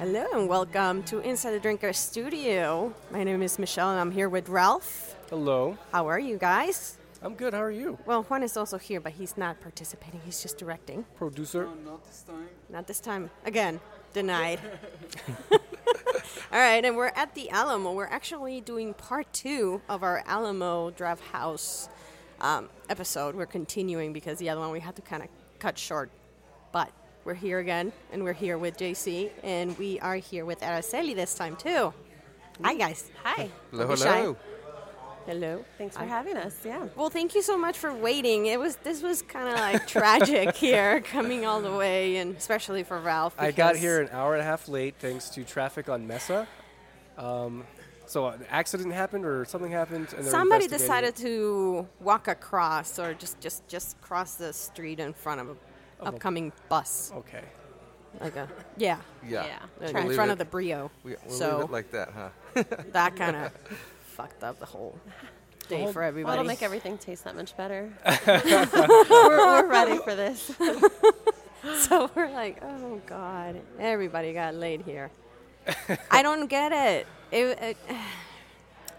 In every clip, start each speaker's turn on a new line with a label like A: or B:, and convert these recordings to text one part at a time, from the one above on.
A: and welcome to Inside the Drinker Studio. My name is Michelle and I'm here with Ralph.
B: Hello.
A: How are you guys?
B: I'm good. How are you?
A: Well, Juan is also here, but he's not participating, he's just directing.
B: Producer.
C: Not this time.
A: Not this time. Again, denied. All right, and we're at the Alamo. We're actually doing part two of our Alamo Draft House um, episode. We're continuing because the other one we had to kind of cut short. But we're here again, and we're here with JC, and we are here with Araceli this time too. Hi, guys. Hi.
B: Hello,
A: Don't be shy.
B: hello.
A: Hello.
D: Thanks for
A: Hi.
D: having us. Yeah.
A: Well, thank you so much for waiting. It was this was kind of like tragic here, coming all the way, and especially for Ralph.
B: I got
A: because-
B: here an hour and a half late thanks to traffic on Mesa. Um, so uh, an accident happened or something happened. And they're
A: Somebody
B: investigating.
A: decided to walk across or just just just cross the street in front of an upcoming bus.
B: Okay.
A: Like a yeah.
C: Yeah.
A: In
C: We'll leave
A: front
C: it-
A: of the Brio.
C: We, we'll
A: so
C: leave it like that, huh?
A: that kind of fucked up the whole day for
D: Well,
A: everybody.
D: it'll make everything taste that much better. we're, we're ready for this.
A: so we're like, oh god, everybody got laid here. I don't get it. It, it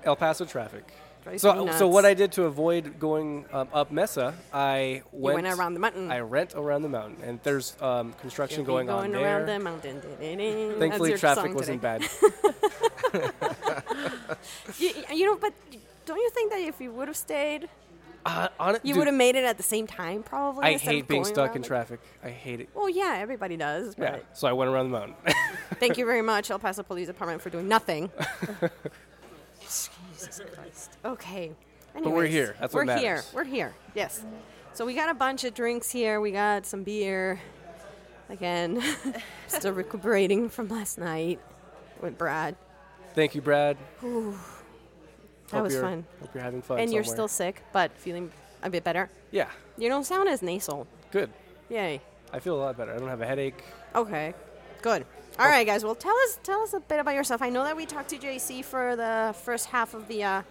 B: El Paso traffic.
A: Drives
B: So, uh,
A: me
B: so what
A: nuts.
B: I did to avoid going um, up Mesa, I
A: went
B: went,
A: around the mountain.
B: I rent around the mountain, and there's um, construction going, on there.
A: around the mountain. That's
B: Thankfully,
A: your
B: traffic
A: song
B: wasn't
A: today.
B: bad.
A: You, you know, but don't you think that if you would have stayed,
B: uh, on,
A: you would have made it at the same time probably?
B: I
A: instead
B: hate
A: of
B: being
A: going
B: stuck
A: around
B: in
A: like-
B: traffic. I hate it.
A: Well, yeah, everybody does.
B: Yeah.
A: But
B: So I went around the mountain.
A: thank you very much, El Paso Police Department, for doing nothing. Jesus Christ. Okay.
B: But we're
A: Anyways,
B: here. That's
A: we're
B: what matters.
A: here. We're here. Yes. So we got a bunch of drinks here. We got some beer. Again, still recuperating from last night with Brad.
B: Thank you, Brad.
A: That
B: Hope
A: was
B: you're-
A: fun.
B: Hope you're having fun.
A: and you're
B: somewhere.
A: still sick, but feeling a bit better.
B: Yeah.
A: You don't sound as nasal.
B: Good.
A: Yay.
B: I feel a lot better. I don't have a headache.
A: Okay. Good. All right, guys. Well, tell us tell us a bit about yourself. I know that we talked to JC for the first half of the uh,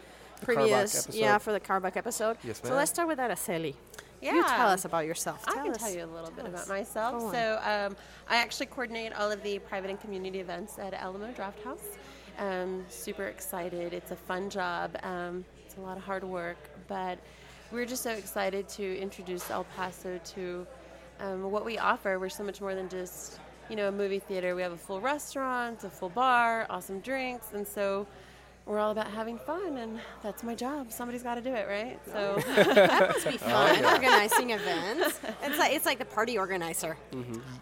A: previous
B: Carbuck
A: yeah
B: episode.
A: for the Carbuck episode.
C: Yes,
A: So
C: ma'am.
A: let's start with Araceli. You
D: Yeah.
A: tell us about yourself.
D: I can
A: us.
D: tell you a little bit
A: Tell us.
D: about
A: Go on.
D: myself. So um, I actually coordinate all of the private and community events at Alamo Draft House. Um, super excited. It's a fun job. Um, it's a lot of hard work, but we're just so excited to introduce El Paso to um, what we offer. We're so much more than just you know a movie theater. We have a full restaurant, a full bar, awesome drinks, and so. We're all about having fun, and that's my job. Somebody's got to do it, right?
A: Oh,
D: So,
A: That must be fun organizing events. It's like it's like the party organizer.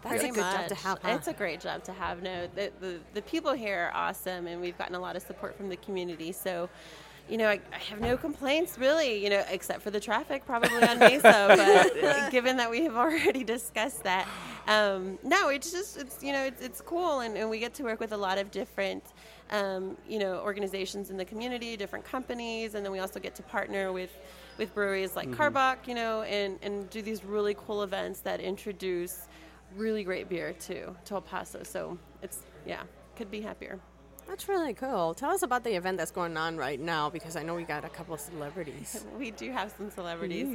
A: That's a
D: Pretty
A: good job
D: much.
A: to have. huh?
D: It's a great job to have. No, the, the, the people here are awesome, and we've gotten a lot of support from the community. So, you know, I, I have no complaints really, you know, except for the traffic probably on Mesa. but uh, given that we have already discussed that, um, no, it's just, it's, you know, it's, it's cool, and, and we get to work with a lot of different. Um, you know, organizations in the community, different companies, and then we also get to partner with, with breweries
A: Mm-hmm.
D: like Carbach, you know, and, and do these really cool events that introduce really great beer too to El Paso. So it's yeah, could be happier.
A: That's really cool. Tell us about the event that's going on right now because I know we got a couple of celebrities.
D: We do have some celebrities.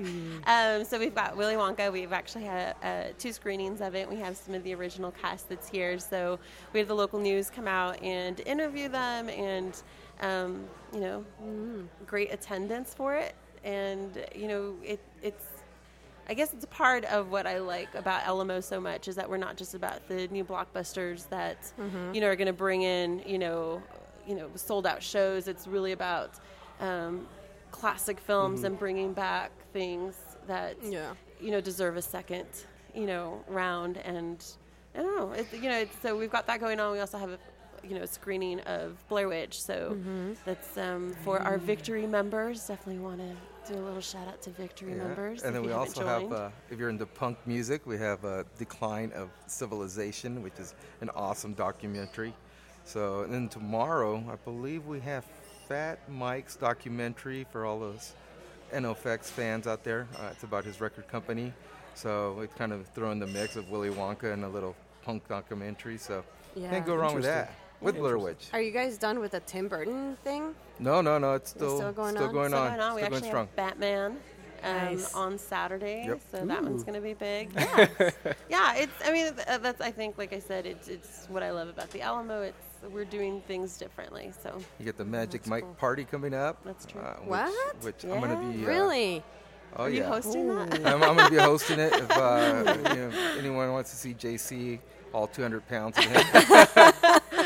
D: Um, so we've got Willy Wonka. We've actually had uh, two screenings of it. We have some of the original cast that's here. So we had the local news come out and interview them, and um, you know, great attendance for it. And you know, it it's I guess it's part of what I like about Alamo so much is that we're not just about the new blockbusters that you know are going to bring in you know you know sold out shows. It's really about um, classic films and bringing back things that
A: Yeah.
D: you know deserve a second you know round and I don't know it's, you know it's, so we've got that going on. We also have a you know screening of Blair Witch, so that's um, for our Victory members. Definitely want to do a little shout out to Victory
C: Yeah.
D: members.
C: And
D: if
C: then
D: you
C: we
D: haven't
C: also
D: joined.
C: have, uh, if you're into punk music, we have uh, Decline of Civilization, which is an awesome documentary. So, and then tomorrow, I believe we have Fat Mike's documentary for all those NFX fans out there. Uh, it's about his record company. So, we kind of throw in the mix of Willy Wonka and a little punk documentary. So,
A: Yeah.
C: can't go wrong with
B: Interesting.
C: that. With Blair Witch.
A: Are you guys done with the Tim Burton thing?
C: No, no, no. It's still,
A: still going on?
C: going
D: Still
C: on.
D: going on. We
C: Still
D: actually
C: going strong.
D: have Batman um,
A: Nice.
D: on Saturday,
C: Yep.
D: so that one's going to be big. Yeah, yeah. It's. I mean, th- uh, that's. I think, like I said, it's. It's what I love about the Alamo. It's we're doing things differently. So
C: You get the Magic
D: That's
C: Mike
D: cool.
C: party coming up. Uh,
D: That's true.
C: which,
A: What?
C: Which I'm gonna
D: Yeah.
C: be uh,
A: Really?
C: Oh
D: are
C: yeah.
D: you hosting that?
C: I'm, I'm gonna be hosting it. If uh, you know, if anyone wants to see JC, all 200 pounds of him.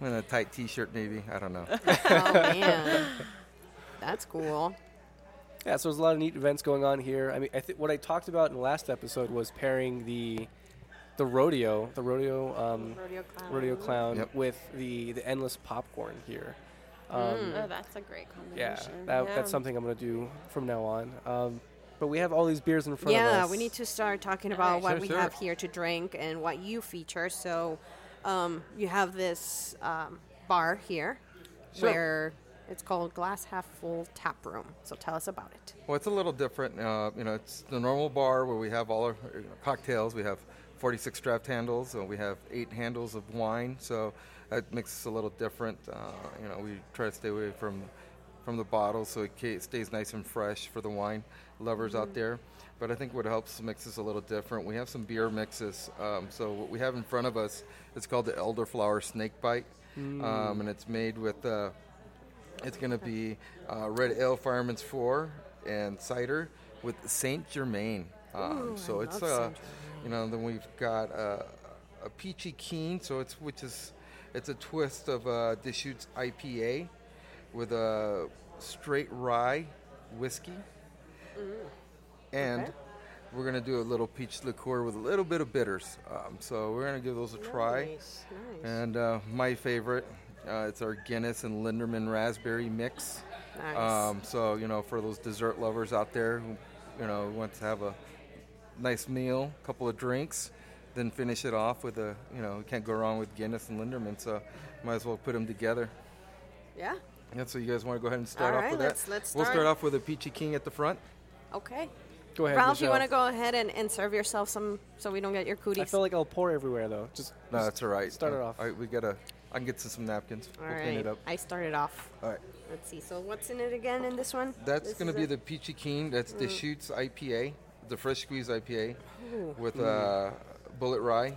C: I'm in a tight T-shirt, maybe. I don't know.
A: oh man, that's cool.
B: Yeah, so there's a lot of neat events going on here. I mean, I th- what I talked about in the last episode was pairing the the rodeo, the rodeo, um,
D: Rodeo clown.
B: rodeo clown
C: Yep.
B: with the the endless popcorn here. Um,
D: Oh, that's a great combination.
B: Yeah, that,
D: Yeah.
B: that's something I'm gonna do from now on. Um, but we have all these beers in front of us.
A: Yeah, we need to start talking about
D: Alright.
A: what
C: Sure,
A: we
C: sure.
A: have here to drink and what you feature. So, um, you have this um, bar here
B: Sure.
A: where it's called Glass Half Full Tap Room. So, tell us about it.
C: Well, it's a little different. Uh, you know, it's the normal bar where we have all our uh, cocktails. We have 46 draft handles, and we have eight handles of wine. So that makes us a little different. Uh, you know, we try to stay away from from the bottles so it ca- stays nice and fresh for the wine lovers out there. But I think what helps makes us a little different. We have some beer mixes. Um, so what we have in front of us, it's called the elderflower snake bite, um, and it's made with. Uh, it's going to be uh, Red Ale Fireman's Four and cider with Saint Germain. Um, so
A: I
C: it's
A: love
C: uh,
A: Saint
C: you know then we've got uh, a peachy keen. So it's which is it's a twist of uh, Deschutes IPA with a straight rye whiskey, and
A: Mm. Okay.
C: we're going to do a little peach liqueur with a little bit of bitters. Um, so we're going to give those a try.
A: Nice, nice.
C: And uh, my favorite, uh, it's our Guinness and Linderman raspberry mix.
A: Nice.
C: Um, so you know, for those dessert lovers out there who, you know, want to have a nice meal, couple of drinks, then finish it off with a, you know, you can't go wrong with Guinness and Linderman. So might as well put them together.
A: yeah.
C: Yeah, so you guys want to go ahead and start
A: All
C: off
A: right,
C: with
A: let's-
C: that?
A: let's
C: We'll
A: start.
C: start off with a peachy king at the front.
A: Okay.
B: Go ahead,
A: Ralph, you
B: Michelle.
A: want to go ahead and, and serve yourself some so we don't get your
B: I
A: cooties?
B: feel like I'll pour everywhere though. Just
C: No,
B: just
C: that's all right.
B: Start it off.
C: All right, we gotta. I can get to some napkins.
A: All
C: we'll clean
A: right.
C: it up.
A: I started off.
C: All right.
A: Let's see. So, what's in it again in this one?
C: That's
A: This
C: going to
A: is
C: be
A: a- Mm.
C: the Peachy Keen. That's the Deschutes IPA, the fresh squeeze IPA with uh, bullet rye,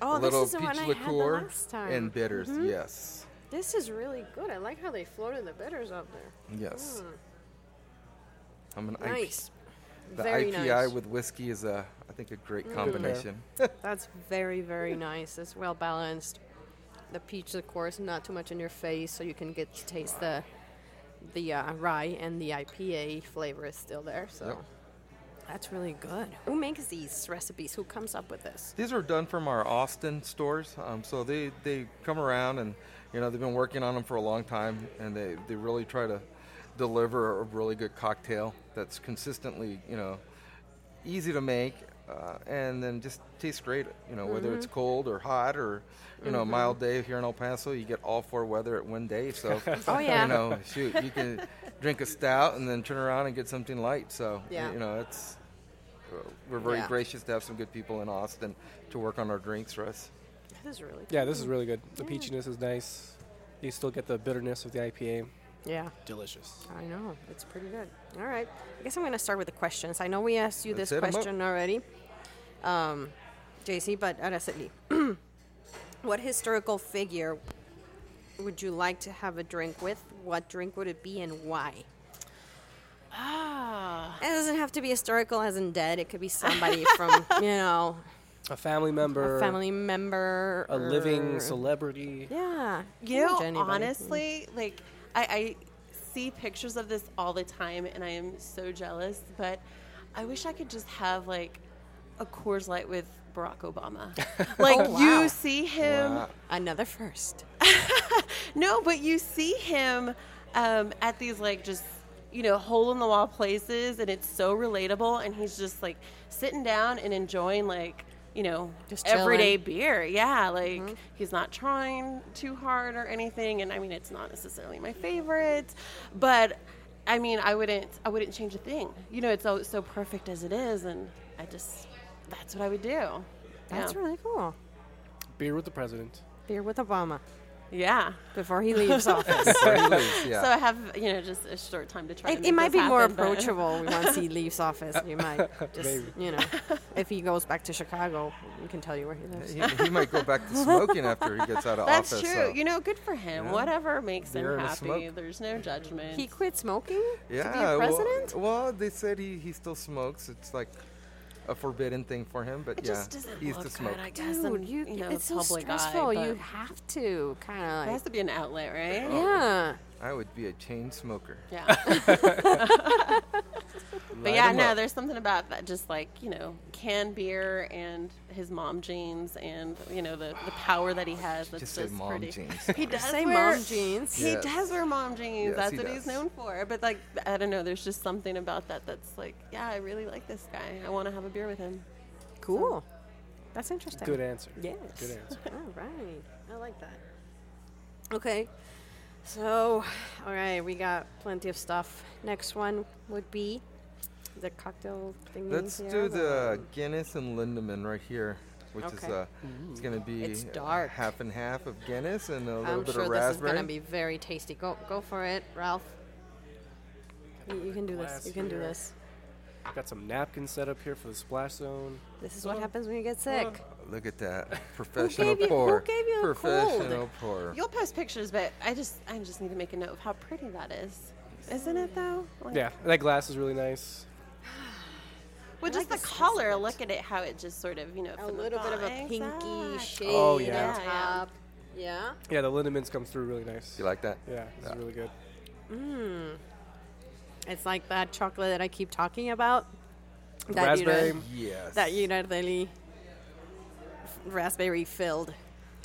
A: Oh,
C: a little
A: this is the
C: peach
A: one I had the
C: liqueur,
A: last time. Mm-hmm.
C: and bitters. Yes,
A: This is really good. I like how they floated the bitters up there.
C: yes. I'm an
A: Mm. Nice.
C: IP. The
A: very
C: IPI
A: nice. Mm.
C: with whiskey is a, I think, a great combination.
A: That's very, very nice. It's well balanced. The peach, of course, not too much in your face, so you can get to taste the the uh, rye and the IPA flavor is still there. So
C: Yep.
A: that's really good. Who makes these recipes? Who comes up with this?
C: These are done from our Austin stores. Um, so they, they come around and, you know, they've been working on them for a long time and they, they really try to deliver a really good cocktail that's consistently, you know, easy to make uh, and then just tastes great, you know, whether
A: Mm-hmm.
C: it's cold or hot or, you know, a mild day here in El Paso, you get all four weather at one day. So,
A: Oh, yeah.
C: you know, shoot, you can drink a stout and then turn around and get something light. So,
A: Yeah.
C: you know, it's, we're very
A: Yeah.
C: gracious to have some good people in Austin to work on our drinks for us.
A: That is really good.
B: yeah, this is really good.
A: Mm.
B: The peachiness is nice. You still get the bitterness of the IPA.
A: Yeah,
B: Delicious.
A: I know. It's pretty good. All right. I guess I'm going to start with the questions. I know we asked you
C: Let's
A: this
C: hit 'em up.
A: question already, um, JC, but honestly, what historical figure would you like to have a drink with? What drink would it be and why?
D: Ah,
A: It doesn't have to be historical as in dead. It could be somebody from, you know,
B: A family member,
A: a family member.
B: a living
A: or-
B: celebrity.
A: Yeah.
D: you know,
A: Anybody.
D: honestly, like I, I see pictures of this all the time, and I am so jealous. But I wish I could just have like a Coors Light with Barack Obama. like
A: Oh, wow.
D: you see him.
C: Wow.
A: Another first.
D: No, but you see him um, at these like just you know hole in the wall places, and it's so relatable. And he's just like sitting down and enjoying like you know
A: Just Mm-hmm.
D: everyday beer. Yeah, like he's not trying too hard or anything. And I mean, it's not necessarily my favorite, but I mean, I wouldn't I wouldn't change a thing. You know, it's so, so perfect as it is, and I just that's what I would do.
A: That's
D: yeah.
A: really cool.
B: Beer with the president.
A: Beer with Obama.
D: Yeah.
A: before he leaves office.
C: Sorry, Liz, yeah.
D: So I have you know just a short time to try. to
A: It,
D: make
A: it might be
D: this
A: more
D: happen, but-
A: approachable once he leaves office. You might just,
B: Maybe.
A: you know, if he goes back to Chicago, we can tell you where he lives.
C: he, he might go back to smoking after he gets out of
D: That's
C: office.
D: true.
C: so-
D: You know, good for him.
C: Yeah.
D: Whatever makes him
C: Beer and a
D: happy.
C: smoke.
D: There's no judgment.
A: He quit smoking
C: yeah,
A: to be a president.
C: Well, well, they said he, he still smokes. It's like a forbidden thing for him, but
D: it
C: yeah,
D: just doesn't
C: he used
D: look
C: to smoke.
D: good, I guess.
A: Dude,
D: in,
A: you,
D: you know,
A: it's so
D: the public eye,
A: stressful. you
D: but
A: have to kind
D: There
A: of
D: has
A: like,
D: to be an outlet, right?
C: Oh.
A: yeah.
C: I would be a chain smoker.
D: Yeah. but
B: Light
D: yeah,
B: 'em
D: no,
B: up.
D: there's something about that just like, you know, canned beer and his mom jeans and, you know, the, the power that he has. That's
C: Oh, Just
D: just,
C: say mom
D: pretty.
C: jeans.
D: He does
A: Say
D: wear,
A: mom jeans.
D: He
C: Yes.
D: does wear mom jeans.
C: Yes,
D: that's
C: he
D: what he's
C: does.
D: known for. But like, I don't know. There's just something about that that's like, yeah, I really like this guy. I want to have a beer with him.
A: Cool. That's interesting.
B: Good answer.
A: Yes.
B: Good answer.
A: All right. I like that. Okay. So, all right, we got plenty of stuff. Next one would be the cocktail thing.
C: Let's do the Guinness and Lindemann right here, which is
A: Okay.
C: uh, it's going to be
A: It's
C: uh,
A: dark.
C: half and half of Guinness and a little
A: I'm
C: bit
A: sure
C: of
A: this is
C: raspberry.
A: going to be very tasty. Go go for it, Ralph. You, you can do this. You can do
B: Glass here.
A: this.
B: Got some napkins set up here for the splash zone.
A: This is
D: Mm.
A: what happens when you get sick.
C: Look at that professional
A: gave you- who
C: pour.
A: gave you a cold?
C: professional pour.
D: You'll post pictures, but I just, I just need to make a note of how pretty that is. Isn't it though?
A: Oh.
D: Like,
B: Yeah, that glass is really nice.
D: Well,
A: I
D: just
A: like
D: the
A: the
D: color. Look at it, how it just sort of, you know,
A: A little bit of a pinky shade
B: Oh, yeah.
A: on
D: Yeah, yeah.
A: top. Yeah.
B: Yeah, the liniments comes through really nice.
C: You like that?
B: Yeah, this is really good.
A: It's like that chocolate that I keep talking about. you know-
B: raspberry.
C: Yes.
A: that United raspberry filled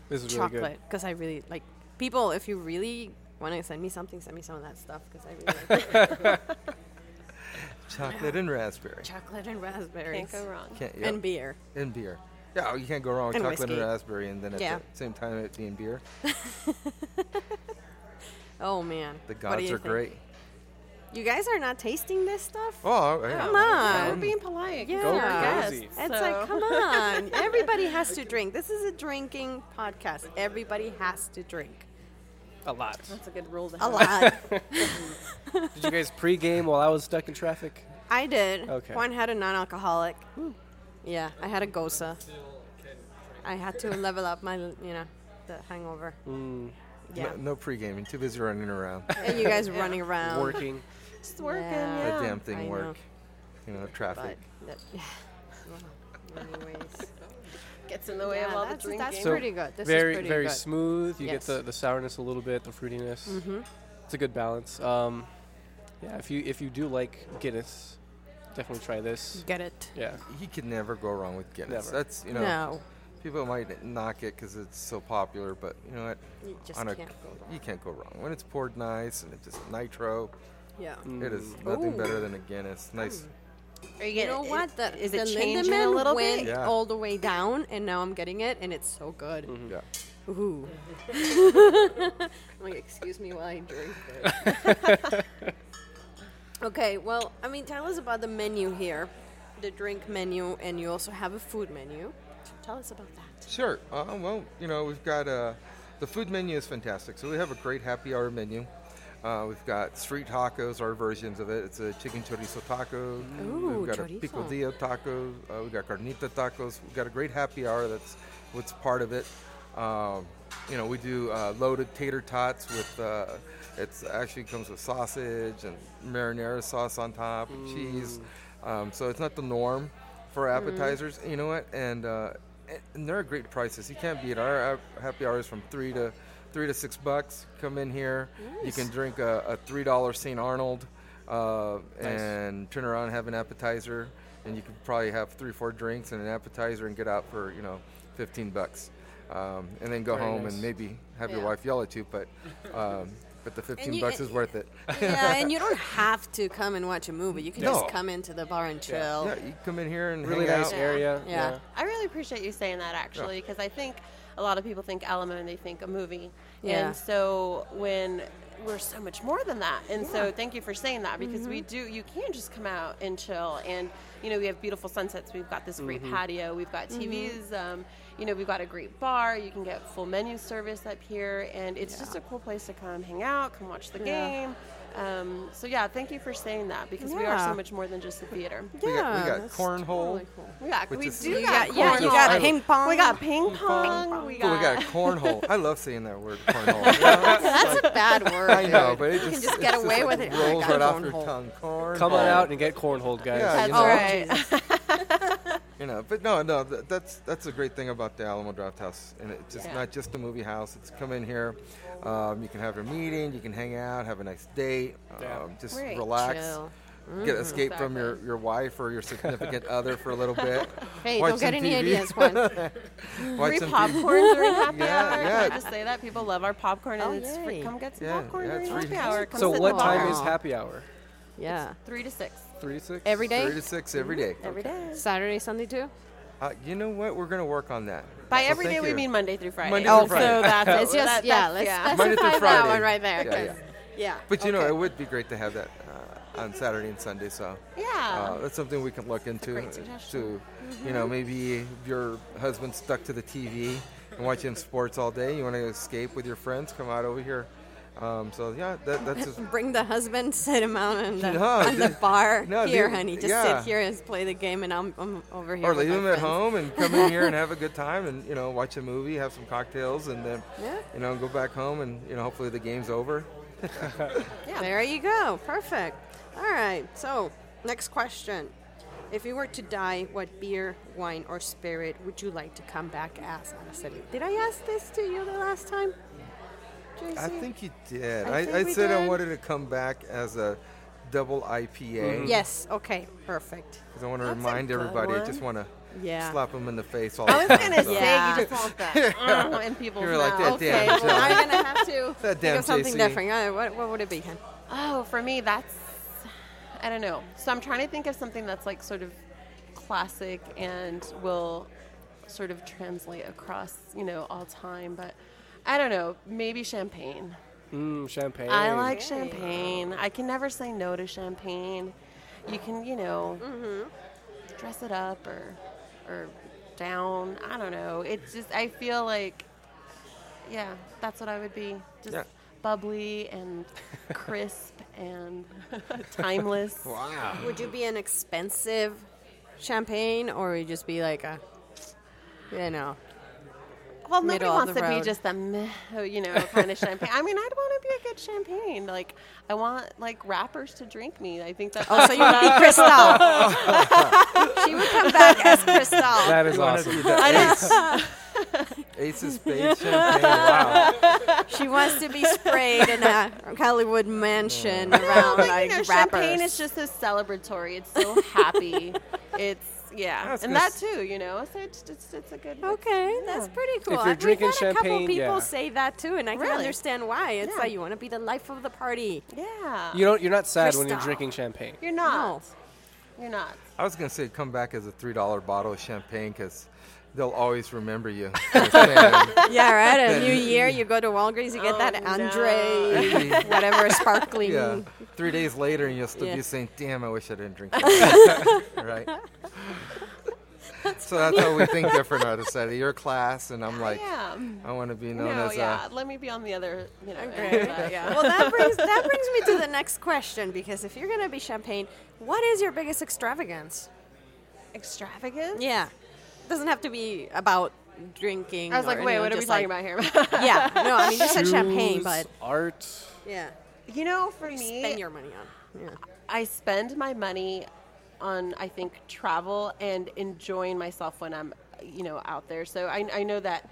B: This is really good.
A: chocolate because I really like people. If you really want to send me something, send me some of that stuff because I really like
C: Chocolate and raspberry.
A: chocolate and raspberries
D: Can't go wrong.
C: Can't, yeah.
A: and beer.
C: And beer. Yeah, oh, you can't go wrong with
A: And
C: chocolate
A: whiskey.
C: and raspberry, and then at
A: Yeah.
C: the same time it being beer.
A: Oh man,
C: The
A: What do
C: gods
A: you
C: are
A: think?
C: great.
A: You guys are not tasting this stuff.
C: Oh, yeah.
A: Come on.
D: We're Uh, being polite.
A: Yeah.
D: Go
B: Go
D: guests,
B: crazy.
A: It's like,
D: so-
A: come on. Everybody has to drink. This is a drinking podcast. Everybody has to drink.
B: A lot.
D: That's a good rule to
A: A
D: have.
A: lot.
B: Did you guys pregame while I was stuck in traffic?
A: I did.
B: Okay.
A: Juan had a non-alcoholic. Yeah, I had a gosa. I had to level up my, you know, the hangover. Yeah.
C: No, no pre-gaming. Too busy running around.
A: And you guys running around.
B: Working.
D: Just working,
A: Yeah.
D: yeah.
C: That damn
A: I
C: thing
A: know.
C: work. You know,
A: But
C: traffic.
A: that, well, anyways.
D: Gets in the way
A: Yeah,
D: of all the
A: that's,
D: drinking.
A: that's pretty good. This
B: very,
A: is pretty
B: very
A: good.
B: smooth. You
A: Yes. Mm-hmm.
B: get the, the sourness a little bit, the fruitiness. It's a good balance. Um, yeah, if you if you do like Guinness, definitely try this.
A: Get it?
B: Yeah,
C: You can never go wrong with Guinness.
B: Never.
C: That's you know.
A: No.
C: People might knock it because it's so popular, but you know what?
A: You just
C: On a-
A: can't go wrong.
C: You can't go wrong when it's poured nice and it's just nitro.
A: Yeah.
D: Mm.
C: It is nothing
A: Mm. Ooh. Mm.
C: better than a Guinness. Nice.
D: Are you
A: You
D: getting-
A: know what? The,
D: is
A: the
D: it changing a
A: Lindemann
D: little
A: went
D: bit?
C: Yeah.
A: all the way down, and now I'm getting it, and it's so good.
C: Yeah.
A: Ooh. I'm like, excuse me while I drink this. okay, well, I mean, tell us about the menu here the drink menu, and you also have a food menu. So tell us about that.
C: Sure. Uh, well, you know, we've got uh, the food menu is fantastic. So we have a great happy hour menu. Uh, we've got street tacos, our versions of it. It's a chicken chorizo taco.
A: Ooh,
C: we've got
A: chorizo.
C: a picadillo taco. Uh, we've got carnita tacos. We've got a great happy hour. That's what's part of it. Um, you know, we do uh, loaded tater tots with. Uh, it's actually comes with sausage and marinara sauce on top and cheese. Um, so it's not the norm for
A: Mm-hmm.
C: appetizers. You know what? And uh, and they're at great prices. You can't beat our, our happy hours from three to three to six bucks. Come in here. You can drink a, a three dollar St. Arnold uh, and turn around and have an appetizer, and you can probably have three four drinks and an appetizer and get out for you know fifteen bucks, um, and then go
B: Very
C: home
B: nice.
C: and maybe have your
A: Yeah.
C: wife yell at you, but. Um, but the 15
A: you-
C: bucks
A: and-
C: is worth it.
A: yeah, and you don't have to come and watch a movie. You can
C: No.
A: just come into the bar and chill.
C: yeah, you come in here and
B: really
C: hang
B: nice
C: out.
B: area.
A: Yeah.
B: yeah.
D: I really appreciate you saying that actually, because I think a lot of people think Alamo and they think a movie.
A: Yeah.
D: And so when we're so much more than that. And so thank you for saying that because
A: Mm-hmm.
D: we do you can just come out and chill and you know we have beautiful sunsets. We've got this great
A: Mm-hmm.
D: patio. We've got TVs. Um, you know we've got a great bar. You can get full menu service up here, and it's just a cool place to come hang out, come watch the
A: Yeah.
D: game. Um, so yeah, thank you for saying that because we are
A: Yeah.
D: so much more than just the theater.
C: We got, we
A: Yeah,
C: got
A: that's
C: cornhole.
A: totally cool.
D: Yeah,
C: Which
D: we
C: is-
D: do
C: You
D: got
A: got- yeah, you
D: cornhole.
A: got ping pong.
D: We got ping pong. We
C: Oh,
D: got,
C: we got a cornhole. I love seeing that word cornhole. You know?
A: That's a bad word.
C: I know,
A: dude.
C: but it
A: you
C: just,
A: can just
C: it's
A: get away
C: like
A: with it. Oh, I
C: Rolls
A: got
C: right
A: a
C: off your
A: cornhole.
C: tongue. Cornhole.
B: Come on out and get cornholed, guys.
D: That's
C: Yeah, you
A: Oh,
C: know,
D: right.
C: You know, but no, no, th- that's that's a great thing about the Alamo Draft House, and it's just
D: Yeah.
C: not just a movie house. It's come in here, um, you can have your meeting, you can hang out, have a nice date,
B: Yeah.
C: um, just
D: Right.
C: relax,
A: Chill. Mm-hmm.
C: get escape from your,
D: Exactly.
C: your wife or your significant other for a little bit.
A: Hey,
C: watch
A: don't get
C: some
A: any
C: TV.
A: ideas, Juan.
C: Watch
D: Free
C: some
D: popcorn during happy
C: Yeah,
D: hour.
C: yeah.
D: Can I just say that people love our popcorn, and
A: Oh,
D: it's free.
A: yay.
D: Come get some
C: Yeah,
D: popcorn
C: yeah, it's
D: during
C: free.
D: happy hour. Come
B: So
D: sit in
B: what
D: the
B: time
D: bar.
B: is
A: Aw.
B: happy hour?
A: Yeah.
D: Three to six
B: Three to six.
A: Every day?
C: Three to six every day.
D: every day.
A: Saturday, Sunday too.
C: Uh, you know what? We're gonna work on that.
D: By
C: So
D: every
C: thank
D: day we
C: you.
D: mean Monday through Friday.
C: Monday through
D: Oh, So
C: Friday.
D: that's
A: It's just
D: that-
A: yeah.
D: that's-
A: Let's
D: yeah.
C: Monday through
A: specify that
C: Friday.
A: one right there.
C: Yeah,
A: 'cause-
C: yeah.
A: yeah.
C: But you know,
A: okay.
C: it would be great to have that uh, on Saturday and Sunday. So
D: Yeah.
C: uh, that's something we can look into.
D: great
C: uh,
D: suggestion.
C: To you know, maybe if your husband's stuck to the TV and watching sports all day. You want to escape with your friends? Come out over here. Um, so yeah, that, that's just,
A: Bring the husband, sit him out on the,
C: No,
A: on the
C: just-
A: bar.
C: no,
A: here,
C: leave-
A: honey, just
C: yeah.
A: sit here and play the game, and I'm, I'm over here.
C: or
A: with
C: leave
A: my
C: them at
A: friends.
C: home and come in here and have a good time and you know watch a movie, have some cocktails, and then
A: Yeah.
C: you know go back home and you know hopefully the game's over.
D: Yeah.
A: There you go. Perfect. All right. So, next question. If you were to die, what beer, wine, or spirit would you like to come back as Araceli? Did I ask this to you the last time? Tracy?
C: I think you did.
A: I
C: I,
A: think
C: I,
A: we
C: said I
A: did.
C: wanted to come back as a double IPA.
A: Yes. Okay. Perfect.
C: Because I want to
D: That's a
C: remind
D: good
C: everybody, I
D: one.
C: just want to
A: Yeah.
C: slap them in the face all
D: I was
C: the
D: gonna
C: time. so.
D: say
A: Yeah.
D: you just want that oh, in people's
C: were like
D: mouths.
C: that,
A: Okay.
C: Damn,
A: Well, I'm gonna have to
C: That
A: think
C: damn
A: of something
C: JC.
A: different. Uh, what, what would it be? Hen?
D: Oh, for me, that's I don't know. So I'm trying to think of something that's like sort of classic and will sort of translate across, you know, all time. But I don't know. Maybe champagne.
B: Mm, champagne.
D: I like
A: Hey.
D: champagne. I can never say no to champagne. You can, you know,
A: Mm-hmm.
D: dress it up or or down. I don't know. It's just I feel like yeah, that's what I would be. Just
C: Yeah.
D: bubbly and crisp and timeless.
C: Wow.
A: Would you be an expensive champagne, or would you just be like a, you know,
D: Well, nobody
A: middle of
D: wants
A: the
D: to be
A: road.
D: just a meh, you know kind of champagne. I mean, I'd want to be a good champagne. Like I want like rappers to drink me. I think that's
A: oh, so you would be Cristal? she would come back as Cristal.
B: That is
C: You wanna be
B: awesome.
C: the
D: I know.
C: Ace of Spades champagne. Wow.
A: She wants to be sprayed in a Hollywood mansion around
D: But,
A: like
D: you know,
A: rappers.
D: Oh champagne is just so celebratory. It's so happy. it's yeah,
C: That's
D: and
C: good
D: that
C: s-
D: too. You know, so it's it's, it's a good
A: okay. That's
D: Yeah.
A: pretty cool.
B: you're
A: I've- we've
B: drinking
A: had a couple
B: champagne,
A: people
B: yeah.
A: say that too, and I
D: Really?
A: can understand why. It's
D: Yeah.
A: like you want to be the life of the party.
D: Yeah,
B: You don't. You're not sad when you're
A: Cristal.
B: drinking champagne.
D: you're not. You're not.
C: I was going to say come back as a $3 bottle of champagne because they'll always remember you. as fan.
A: Yeah, right. A new year, you go to Walgreens, you get
D: Oh,
A: that
D: no.
A: Andre, whatever sparkling.
C: yeah. Three days later, and you'll still
A: Yeah.
C: be saying, damn, I wish I didn't drink that. right? so that's how we think different out of study. Your class, and I'm like,
D: yeah.
C: I want to be known
D: No,
C: as
D: yeah.
C: a.
D: Let me be on the other. You know, end of
A: Okay.
D: that, yeah.
A: Well, that brings that brings me to the next question because if you're gonna be champagne, what is your biggest extravagance?
D: extravagant.
A: Yeah, doesn't have to be about drinking.
D: I was like,
A: or, you
D: wait,
A: know,
D: what are we
A: just
D: talking
A: like-
D: about here?
A: yeah, no, I mean you said
B: Shoes,
A: champagne, but
B: art.
A: yeah,
D: you know, for me,
A: spend your money on. Yeah.
D: I spend my money on I think travel and enjoying myself when I'm you know out there. So I, I know that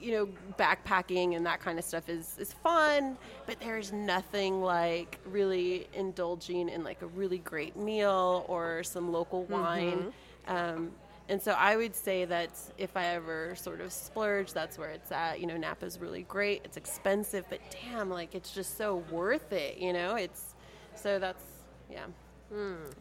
D: you know backpacking and that kind of stuff is is fun, but there's nothing like really indulging in like a really great meal or some local wine. Um, and so I would say that if I ever sort of splurge, that's where it's at. You know, Napa's really great. It's expensive, but damn, like it's just so worth it. You know, Hmm. it's so that's yeah.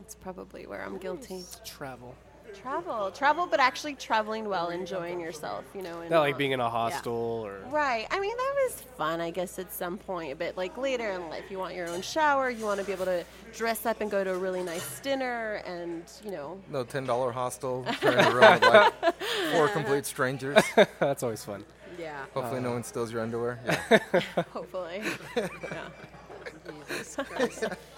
D: It's probably where I'm guilty.
B: Travel.
D: Travel, travel, but actually traveling well, enjoying yourself, you know. And
B: Not like being in a hostel or.
D: Right. I mean, that was fun, I guess, at some point. But like later in life, you want your own shower. You want to be able to dress up and go to a really nice dinner, and you know,
C: No ten dollar hostel carrying around with like four complete strangers.
B: That's always fun.
A: Yeah.
C: Hopefully, no one steals your underwear. Yeah.
D: hopefully. yeah.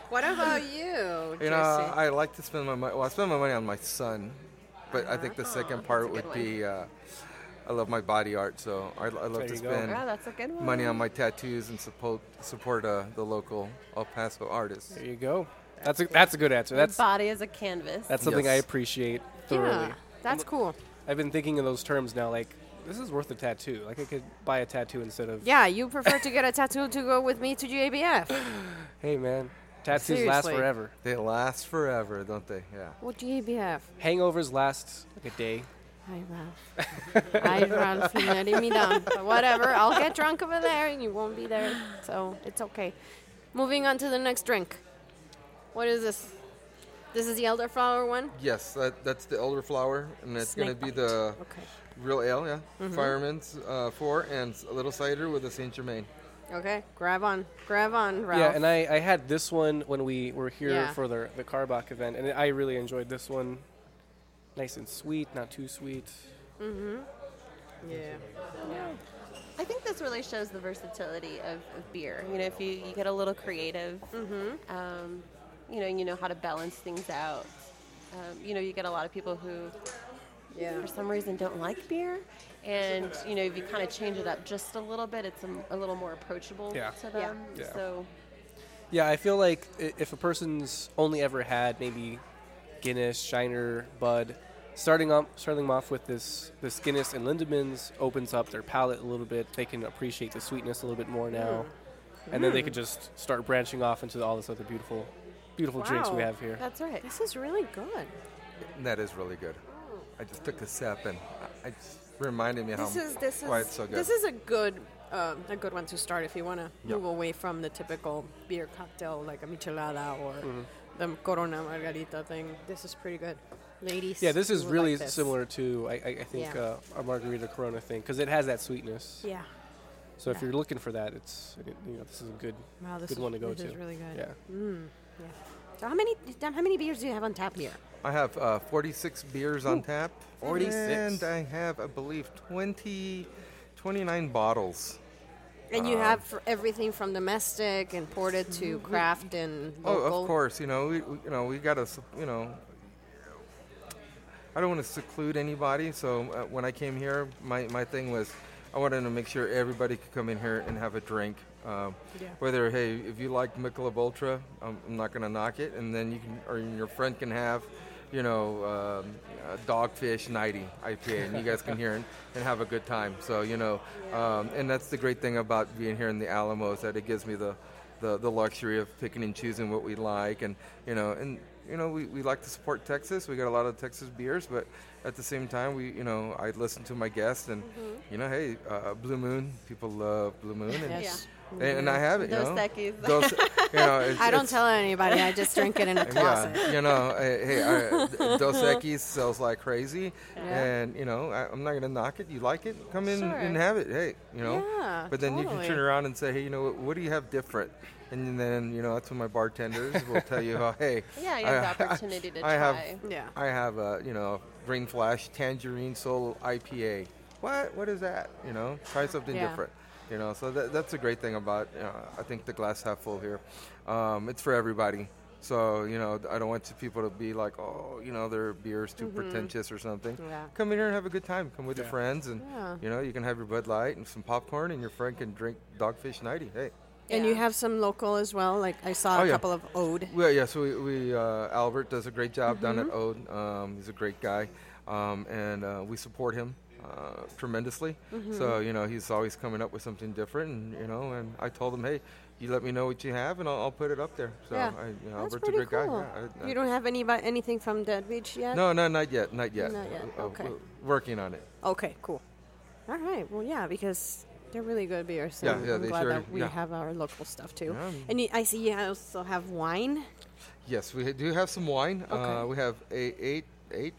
A: What about you,
C: Oh. You
A: Jesse?
C: know, I like to spend my money. Well, I spend my money on my son, but I think the second part
D: Ah, that's a
C: would
D: good
C: be uh, I love my body art, so I, I love
B: There
C: to
B: you go.
C: spend
D: Wow, Ah, that's a good one.
C: money on my tattoos and support support uh, the local El Paso artists.
B: There you go. That's a, that's a good answer. That's
D: body is a canvas.
B: that's something
C: Yes.
B: I appreciate thoroughly.
A: yeah, that's cool.
B: I've been thinking in those terms now. Like this is worth a tattoo. Like I could buy a tattoo instead of.
A: Yeah, you prefer to get a tattoo to go with me to JBF.
B: Hey man, tattoos last
A: Seriously.
B: forever.
C: They last forever, don't they? Yeah.
A: Well, JBF.
B: Hangovers last like a day.
A: Hi, Ralph. Hi, Ralph. You're letting me down. But whatever. I'll get drunk over there and you won't be there. So it's okay. Moving on to the next drink. What is this? This is the elderflower one?
C: Yes, that, that's the elderflower, and it's going to
A: Snake
C: be
A: bite.
C: the
A: Okay.
C: real ale, yeah.
D: Mm-hmm.
C: Fireman's uh, four and a little cider with a Saint Germain.
A: Okay. Grab on. Grab on, Ralph.
B: Yeah, and I, I had this one when we were here
A: Yeah.
B: for the the Carbach event, and I really enjoyed this one. Nice and sweet, not too sweet.
A: yeah.
D: I think this really shows the versatility of, of beer. You know, if you, you get a little creative, um, you know, and you know how to balance things out. Um, you know, you get a lot of people who,
A: Yeah.
D: for some reason, don't like beer. And, you know, if you kind of change it up just a little bit, it's a, a little more approachable
B: Yeah.
D: to them.
B: Yeah. Yeah.
D: So,
B: Yeah, I feel like i- if a person's only ever had maybe Guinness, Shiner, Bud, starting off starting them off with this this Guinness and Lindemans opens up their palate a little bit. They can appreciate the sweetness a little bit more now,
A: Hmm.
B: and then they could just start branching off into all this other beautiful, beautiful drinks we
A: Wow.
B: have here.
D: that's right.
A: This is really good.
C: And that is really good.
A: Oh.
C: I just took a sip, and I I just reminded me
A: This
C: how
A: is this
C: why
A: is
C: it's so good.
A: this is a good uh, a good one to start if you want to move away from the typical beer cocktail like a michelada or
B: Mm-hmm.
A: the Corona Margarita thing. This is pretty good, ladies.
B: Yeah, this
A: you
B: is
A: would
B: really
A: like this.
B: similar to I, I, I think
A: Yeah.
B: uh, our margarita Corona thing because it has that sweetness.
A: Yeah.
B: So if
A: Yeah.
B: you're looking for that, it's you know this is a good
A: Wow, this
B: good
A: is,
B: one to go
A: this
B: to.
A: is really good.
B: Yeah.
A: Yeah. So how many Dan, how many beers do you have on tap here?
C: I have uh, 46 beers on tap.
B: 46.
C: And I have, I believe, 20, 29 bottles.
A: And
B: Uh,
A: you have for everything from domestic and ported
B: Mm-hmm.
A: to craft and local.
C: Oh, of course. You know, we, we you know we got to you know. I don't want to seclude anybody, so uh, when I came here, my, my thing was I wanted to make sure everybody could come in here and have a drink. Um,
A: Yeah.
C: Whether hey, if you like Michelob Ultra, I'm, I'm not going to knock it, and then you can or your friend can have, you know, um, uh, Dogfish 90 IPA, and you guys can here and, and have a good time. So you know, um, and that's the great thing about being here in the Alamo is that it gives me the the, the luxury of picking and choosing what we like and you know and you know we, we like to support Texas we got a lot of Texas beers but at the same time we you know I listen to my guests and
A: Mm-hmm.
C: you know hey uh, Blue Moon people love Blue Moon and,
A: Yes.
C: and, and I have it you
D: Dos
C: know
D: Equis.
C: Dos- you know, it's-
A: I don't
C: it's-
A: tell anybody. I just drink it in a closet.
C: yeah, you know, I, hey, I, Dos Equis sells like crazy,
D: Yeah.
C: and you know, I, I'm not gonna knock it. You like it, come in
D: Sure.
C: and have it. Hey, you know.
A: Yeah,
C: but then you can turn
A: totally.
C: around and say, hey, you know, what, what do you have different? And then you know, that's when my bartenders will tell you, how, hey,
D: Yeah, you have the
C: I-
D: opportunity to
C: I have-
D: try.
A: Yeah.
C: I have a you know green flash tangerine soul IPA. What? What is that? You know, try something
A: Yeah.
C: different. You know, so that, that's a great thing about you know, I think the glass half full here. Um, it's for everybody. So you know, I don't want you people to be like, oh, you know, their beer's too pretentious or something.
A: Mm-hmm. Yeah.
C: Come in here and have a good time. Come with your
B: Yeah.
C: friends, and
A: Yeah.
C: you know, you can have your Bud Light and some popcorn, and your friend can drink Dogfish Nighty. Hey.
A: And
D: Yeah.
A: you have some local as well. Like I saw
C: Oh,
A: a
C: yeah.
A: couple of Ode.
C: Well, yes, we, we uh, Albert does a great job down at Ode.
A: Mm-hmm.
C: Um, he's a great guy, um, and uh, we support him uh, tremendously.
A: Mm-hmm.
C: So you know, he's always coming up with something different, and you know, and I told him, hey, you let me know what you have, and I'll, I'll put it up there. So
A: yeah,
C: I, you know,
A: that's
C: Albert's a
A: pretty
C: great
A: cool.
C: guy. Yeah, I- I-
A: you don't have any bu- anything from Dead Beach yet?
C: no, no, not yet, not yet.
A: Not yet,
C: Uh, uh,
A: okay.
C: w- working on it.
A: Okay, cool. All right. Well, yeah, because they're really good beers. So
C: Yeah, yeah,
A: I'm
C: they
A: glad
C: sure-
A: that we
C: yeah.
A: have our local stuff too.
C: Yeah.
A: And you, I see you also have wine.
C: Yes, we do have some wine.
A: Okay.
C: Uh, we have a, eight eight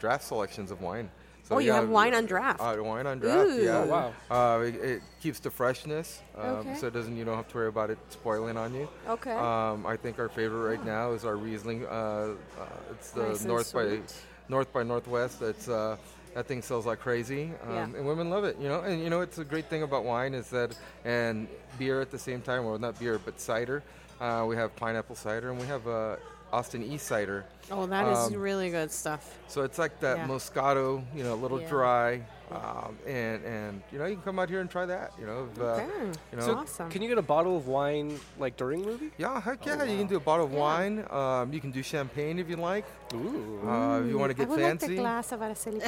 C: draft selections of wine. So
A: Oh,
C: we
A: you have wine on draft.
C: Uh, wine on draft.
A: Ooh.
C: Yeah.
A: Oh,
B: wow.
C: Uh, it, it keeps the freshness, um,
A: Okay.
C: so it doesn't. You don't have to worry about it spoiling on you.
A: Okay.
C: Um, I think our favorite right now is our Riesling. Uh, uh, it's the
A: Nice and
C: north by
A: sweet.
C: north by northwest. That's uh, that thing sells like crazy, um,
A: Yeah.
C: and women love it. You know, and you know it's a great thing about wine is that and beer at the same time. Well, not beer, but cider. Uh, we have pineapple cider, and we have uh, Austin East cider.
A: Oh, that is
C: Um,
A: really good stuff.
C: So it's like that
A: Yeah.
C: Moscato, you know, a little
A: Yeah.
C: dry, um, and and you know you can come out here and try that. You know, if, uh,
A: Okay.
C: you know,
B: So
A: Awesome.
B: can you get a bottle of wine like during the movie?
C: yeah, heck yeah, you can do a bottle of wine. Um, you can do champagne if you like.
B: Ooh.
C: Uh, if you want to
A: I
C: get
A: would like the
C: fancy,
A: glass of Araceli.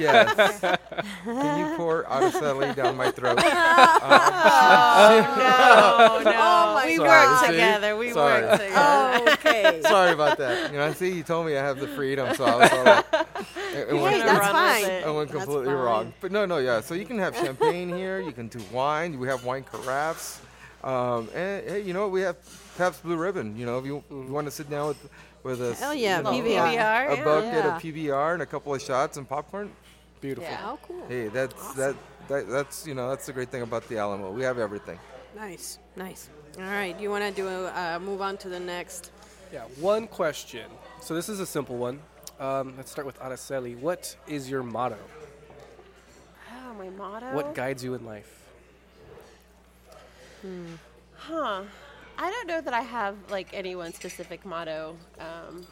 C: yes. can you pour Araceli down my throat?
D: Oh, no.
A: Oh, my
D: we
A: Sorry,
D: worked
C: see?
D: together. We
C: Sorry.
D: worked together.
A: okay.
C: Sorry about that. You know, see, you told me I have the freedom, so I was all like, it- it
A: Hey,
C: went-
D: Gonna
A: that's
D: run
A: fine.
D: with it.
C: I went
A: That's
C: completely
A: fine.
C: wrong. But no, no, yeah. So you can have champagne here. You can do wine. We have wine carafes. Um, and hey, you know what? We have Pabst Blue Ribbon. You know, if you, you want to sit down with with us,
A: Hell yeah,
C: you know,
A: PBR.
C: a, a
D: Yeah.
C: bucket
A: Yeah.
C: of PBR and a couple of shots and popcorn.
B: Beautiful.
D: Yeah.
A: Oh, cool.
C: Hey, that's that, that that's you know that's the great thing about the Alamo. We have everything.
A: Nice, nice. All right, you want to do uh, move on to the next?
B: Yeah, one question. So this is a simple one. Um, let's start with Araceli. What is your motto?
D: Oh, my motto.
B: What guides you in life?
D: Huh. I don't know that I have like any one specific motto um,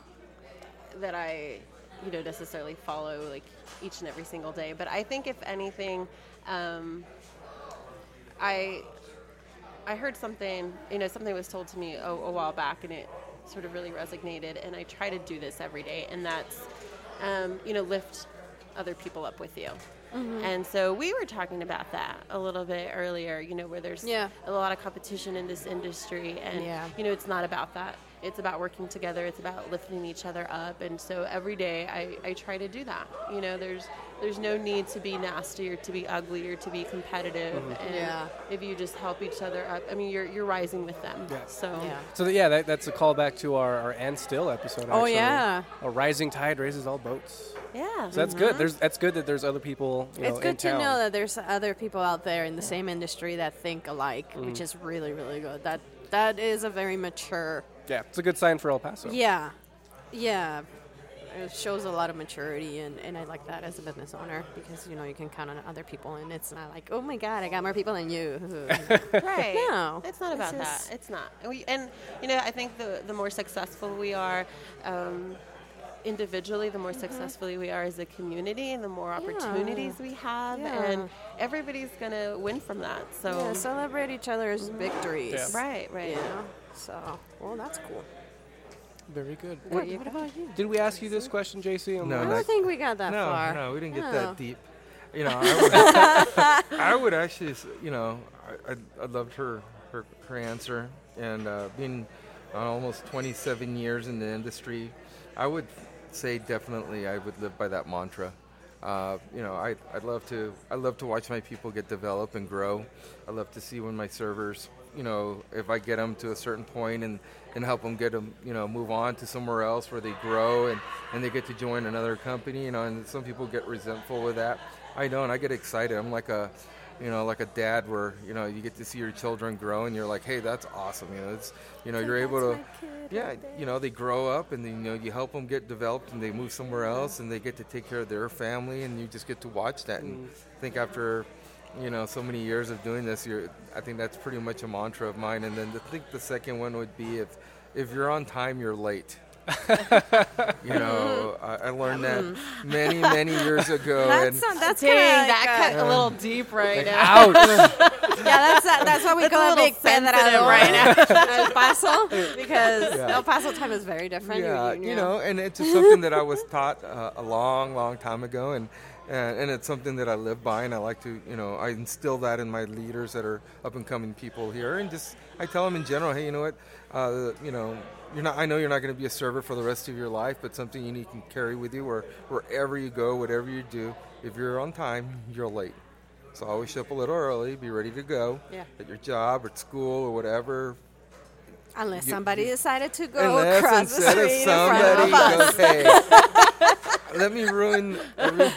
D: that I, you know, necessarily follow like each and every single day. But I think if anything, um, I I heard something, you know, something was told to me a, a while back, and it sort of really resonated. And I try to do this every day, and that's, um, you know, lift other people up with you. And so we were talking about that a little bit earlier, you know, where there's
A: Yeah.
D: a lot of competition in this industry, and
A: Yeah.
D: you know, it's not about that. It's about working together. It's about lifting each other up. And so every day, I, I try to do that. You know, there's there's no need to be nasty or to be ugly or to be competitive. And
A: Mm-hmm. Yeah.
D: if you just help each other up, I mean, you're you're rising with them.
B: Yeah.
D: So
A: Yeah.
B: So that, yeah, that, that's a callback to our, our and still episode.
A: Oh,
B: actually.
A: yeah. Mm-hmm.
B: a rising tide raises all boats.
D: yeah.
B: So that's good. There's that's good that there's other people. You
A: it's
B: know, in
A: good to
B: town.
A: know that there's other people out there in the same industry that think alike,
C: Mm.
A: which is really, really good. That that is a very mature.
B: Yeah, it's a good sign for El Paso.
A: Yeah, yeah. It shows a lot of maturity, and, and I like that as a business owner because you know you can count on other people, and it's not like, oh my god, I got more people than you.
D: right.
A: No,
D: it's not about
A: it's just-
D: that. It's not. And, we, and you know, I think the the more successful we are. Um, individually the more
A: Mm-hmm.
D: successfully we are as a community and the more opportunities we have
A: Yeah.
D: and everybody's gonna win from that so
A: yeah, celebrate each other's victories.
B: Yeah.
D: right right
A: You know? So, well, that's cool.
B: Very good.
A: There
B: What,
A: you
B: what
A: go.
B: about you? Did we ask you this question, JC? on
C: No,
A: I
B: the-
C: no.
A: don't think we got that
C: no,
A: far.
C: no, we didn't get
A: No.
C: that deep. You know, I would, I would actually, s- you know, I, I, I loved her, her, her answer. And uh, being uh, almost 27 years in the industry, I would say definitely I would live by that mantra. Uh, you know, I, I'd love to. I love to watch my people get develop and grow. I love to see when my servers, you know, if I get them to a certain point and, and help them get them, you know, move on to somewhere else where they grow and, and they get to join another company. You know, and some people get resentful with that. I don't. I get excited. I'm like a, you know, like a dad where you know you get to see your children grow and you're like, hey, that's awesome. You know, it's you know you're able to, yeah, you know, they grow up and then, you know you help them get developed and they move somewhere else and they get to take care of their family and you just get to watch that and think after. You know, so many years of doing this, you're, I think that's pretty much a mantra of mine. And then I think the second one would be if, if you're on time, you're late. you know, I, I learned that many, many years ago. and
A: That's not, that's
D: Dang,
A: kinda like uh,
D: that
A: a-
D: cut a little deep right now.
B: Ouch!
A: Yeah, that's that's why we
D: That's a
A: call it
D: little
A: Big Pedrado
D: sensitive
A: right now, El Paso, because
C: Yeah.
A: El Paso time is very different.
C: Yeah, you know, and it's just something that I was taught uh, a long, long time ago, and, uh, and and it's something that I live by, and I like to, you know, I instill that in my leaders that are up and coming people here, and just I tell them in general, hey, you know what, uh, you know, you're not, I know you're not going to be a server for the rest of your life, but something you need can carry with you, where wherever you go, whatever you do, if you're on time, you're late. So always show up a little early, be ready to go
A: Yeah.
C: at your job or at school or whatever
A: Unless
C: You-
A: somebody decided to go
C: Unless
A: across the
C: instead
A: street
C: of
A: in front of us.
C: somebody goes, hey, let me ruin every-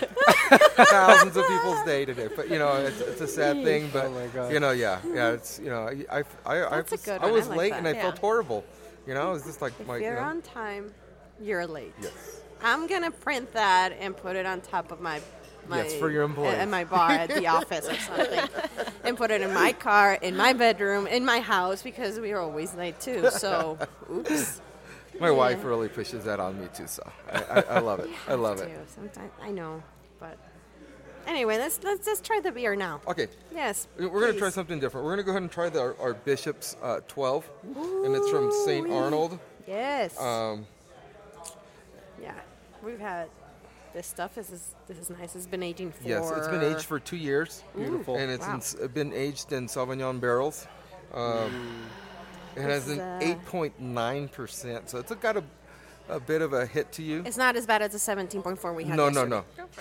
C: thousands of people's day today. But you know, it's, it's a sad thing. But
B: Oh my God.
C: you know, yeah, yeah. It's you know, I I I, I
A: That's a
C: was,
A: good
C: I
A: one. I
C: was
A: like
C: late
A: that.
C: and I felt
D: Yeah.
C: horrible. You know, it's just like
A: If
C: my you
A: you're
C: know,
A: on time, you're late.
C: yes.
A: I'm gonna print that and put it on top of my. My,
C: Yes, for your employees.
A: At my bar at the office or something. And put it in my car, in my bedroom, in my house, because we are always late too. So, oops.
C: My wife really pushes that on me too. So I, I, I love it. I love it.
A: Too. Sometimes I know, but anyway, let's let's just try the beer now.
C: Okay,
A: Yes.
C: we're going to try
A: please.
C: something different. We're going to go ahead and try the, our, our Bishop's uh, 12, and it's from St.
A: Ooh-wee.
C: Arnold.
A: Yes.
C: Um,
A: yeah, we've had this stuff. This is this is nice. It's been aging for.
C: Yes, it's been aged for two years.
B: Beautiful.
C: And it's
A: Wow.
C: in s been aged in Sauvignon barrels. Um, It has
A: This
C: an
A: is, uh,
C: 8.9%, so it's got a, a bit of a hit to you.
A: It's not as bad as the 17.4 we had.
C: No, no,
A: yesterday.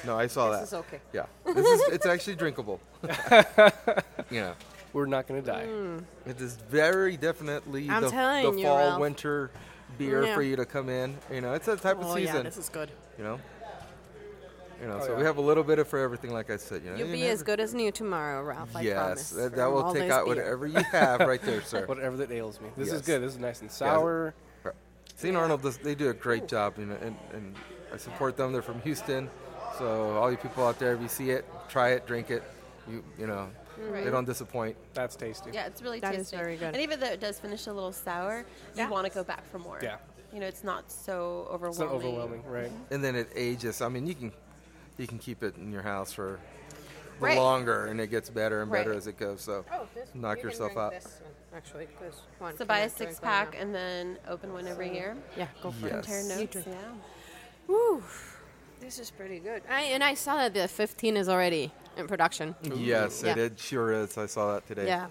C: no. No, I saw that.
A: This is okay.
C: Yeah. This is, it's actually drinkable. yeah.
B: We're not gonna die.
A: Mm.
C: It is very definitely
A: I'm
C: the,
A: telling
C: the
A: you,
C: fall,
A: Ralph.
C: winter beer
A: Yeah.
C: for you to come in. You know, it's that type
A: Oh
C: of
A: yeah,
C: season,
A: this is good.
C: you know? You know,
B: Oh,
C: so
B: yeah.
C: we have a little bit of for everything, like I said. You know,
A: You'll
C: you
A: be
C: never-
A: as good as new tomorrow, Ralph. I promise.
C: yes, that,
A: from
C: that will
A: all
C: take
A: this
C: out
A: beer.
C: whatever you have right there, sir.
B: Whatever that ails me. This is
C: Yes.
B: good. This is nice and sour.
C: St. Arnold does, they do a great job, you know, and, and I support them. They're from Houston, so all you people out there, if you see it, try it, drink it. You you know, they
D: Right.
C: don't disappoint.
B: That's tasty.
D: Yeah, it's really
A: That
D: tasty.
A: is very good.
D: And even though it does finish a little sour,
A: Yeah.
D: you want to go back for more.
B: Yeah.
D: You know, it's not so overwhelming.
B: It's not overwhelming, right?
A: Mm-hmm.
C: And then it ages. I mean, you can you can keep it in your house for
A: Right.
C: longer, and it gets better and better
D: Right.
C: as it goes. So
A: Oh, this one.
C: knock
A: You can
C: yourself
A: drink
C: out.
A: this one, actually, 'cause one
D: So buy a
A: cannot drink
D: six
A: right
D: pack
A: now.
D: and then open one every year.
A: yeah, go for
C: Yes.
A: it.
D: Compare
A: You
D: notes.
A: drink.
D: Yeah.
A: Woo, this is pretty good. I, and I saw that the 15 is already in production.
C: Yes, it,
A: Yeah.
C: it sure is. I saw that today.
A: Yeah,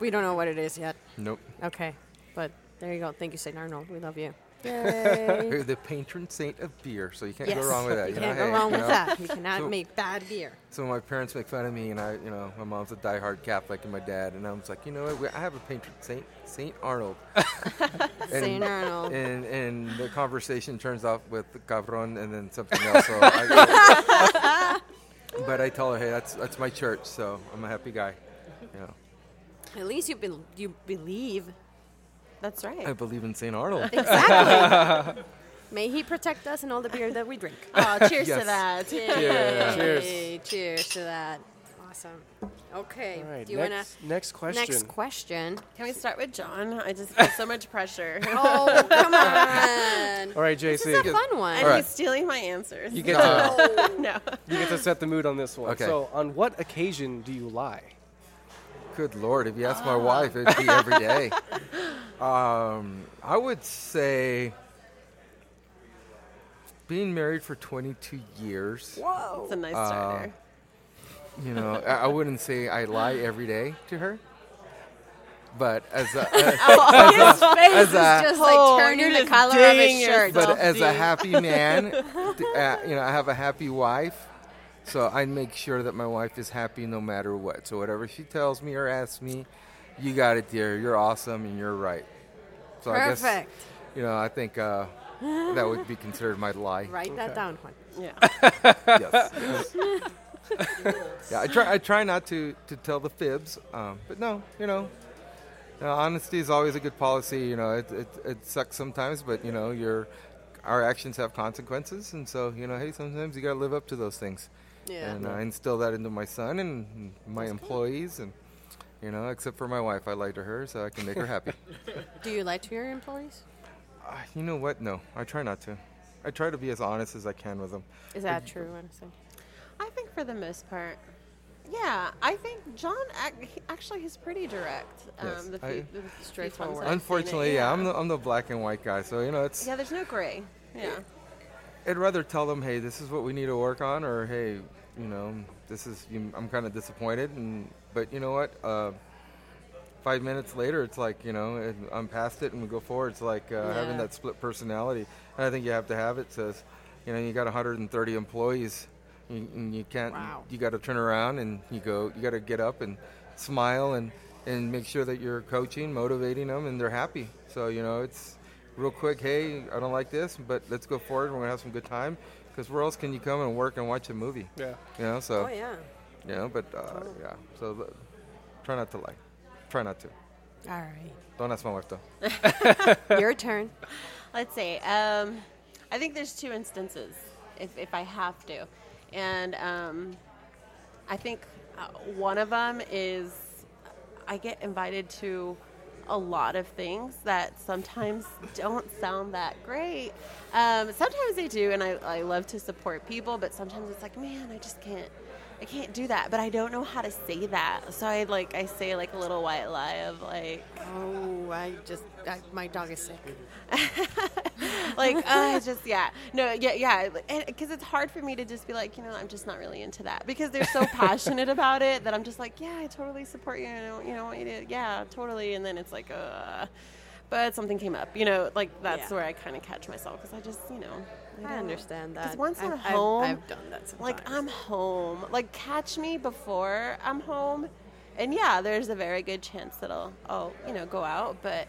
A: we don't know what it is yet.
C: Nope.
A: Okay, but there you go. Thank you, St. Arnold. We love you. Yay.
C: The patron saint of beer, so you can't
A: Yes.
C: go wrong with that.
A: You
C: know,
A: can't
C: hey,
A: go wrong
C: you
A: with
C: know.
A: that. You cannot
C: So-
A: make bad beer.
C: So my parents make fun of me, and I, you know, my mom's a diehard Catholic, and my dad, and I was like, you know what? we- I have a patron saint, Saint Arnold. and,
A: St. Arnold.
C: And and the conversation turns off with cabron, and then something else. So I, but I tell her, hey, that's that's my church, so I'm a happy guy. You know,
A: At least you bel you believe.
D: That's right.
C: I believe in Saint Arnold.
A: Exactly. May he protect us and all the beer that we drink.
D: oh, cheers
C: Yes.
D: to that.
C: Yeah.
A: Yay. Cheers to that. Awesome. Okay.
B: All right.
A: Do you wanna
B: next, next question.
A: next question?
D: Can we start with John? I just feel so much pressure.
A: Oh come on.
B: All right, JC.
A: This is a fun one.
D: and
C: Alright.
D: he's stealing my answers.
B: You get
C: Uh,
D: no.
B: You get to set the mood on this one.
C: Okay.
B: So, on what occasion do you lie?
C: Good lord, if you ask my wife, it'd be every day. Um, I would say being married for 22 years.
A: Whoa.
D: It's a
C: Uh,
D: nice starter.
C: You know, I, I wouldn't say I lie every day to her, but as a, as-
A: His face
C: as
A: is
C: a-
A: just
D: Oh,
A: like turning
D: you're
A: the
D: just
A: color of his
D: dating
A: shirt.
D: yourself.
C: but as a
D: dude.
C: happy man, d- uh, you know, I have a happy wife. So I make sure that my wife is happy no matter what. So whatever she tells me or asks me, you got it, dear. You're awesome and you're right. So I guess
A: Perfect.
C: You know, I think uh, that would be considered my lie.
A: Write that down, Juan.
D: yeah.
C: Yes. yes. yeah, I try. I try not to to tell the fibs, um, but no, you know, uh, honesty is always a good policy. You know, it, it it sucks sometimes, but you know, your our actions have consequences, and so you know, hey, sometimes you got to live up to those things.
A: Yeah.
C: And I instill that into my son and my employees, and you know, except for my wife, I lie to her so I can make her happy.
A: Do you lie to your employees?
C: Uh, you know what? No, I try not to. I try to be as honest as I can with them.
A: Is that true? Honestly?
D: I think for the most part, yeah. I think John ac- he- actually he's pretty direct. Um,
C: Yes,
D: the few,
C: I-
D: the few times
A: Straightforward.
D: I've seen it,
C: Unfortunately, yeah, I'm the, I'm the black and white guy, so you know, it's
D: yeah, there's no gray. Yeah.
C: I'd rather tell them, hey, this is what we need to work on, or hey, you know, this is you, I'm kind of disappointed, and but you know what? Uh, five minutes later, it's like you know, and I'm past it, and we go forward. It's like uh, having
A: Yeah.
C: that split personality, and I think you have to have it. Says, you know, you got 130 employees, and, and you can't.
A: Wow.
C: You got to turn around, and you go. You got to get up and smile and and make sure that you're coaching, motivating them, and they're happy. So you know, it's real quick. Hey, I don't like this, but let's go forward. We're gonna have some good time because where else can you come and work and watch a movie?
B: Yeah.
C: You know, so
A: Oh yeah.
C: you know, but uh, yeah. So l- try not to lie. Try not to.
A: All right.
C: Don't ask my wife though.
A: Your turn.
D: Let's see. Um, I think there's two instances, if, if I have to. And um, I think uh, one of them is I get invited to a lot of things that sometimes don't sound that great. Um, sometimes they do, and I, I love to support people, but sometimes it's like, man, I just can't. I can't do that, but I don't know how to say that. So I like I say like a little white lie of like
A: Oh, I just I, my dog is sick.
D: like uh, just yeah no yeah yeah because it's hard for me to just be like you know i'm just not really into that because they're so passionate about it that i'm just like yeah i totally support you and I, don't- you know I want you to yeah totally and then it's like uh but something came up you know like that's
A: Yeah.
D: where i kind of catch myself because i just you know
A: I understand that.
D: because once
A: I've-
D: i'm
A: I've-
D: home
A: I've, done that. Sometimes.
D: like i'm home like catch me before i'm home and yeah there's a very good chance that i'll i'll you know go out but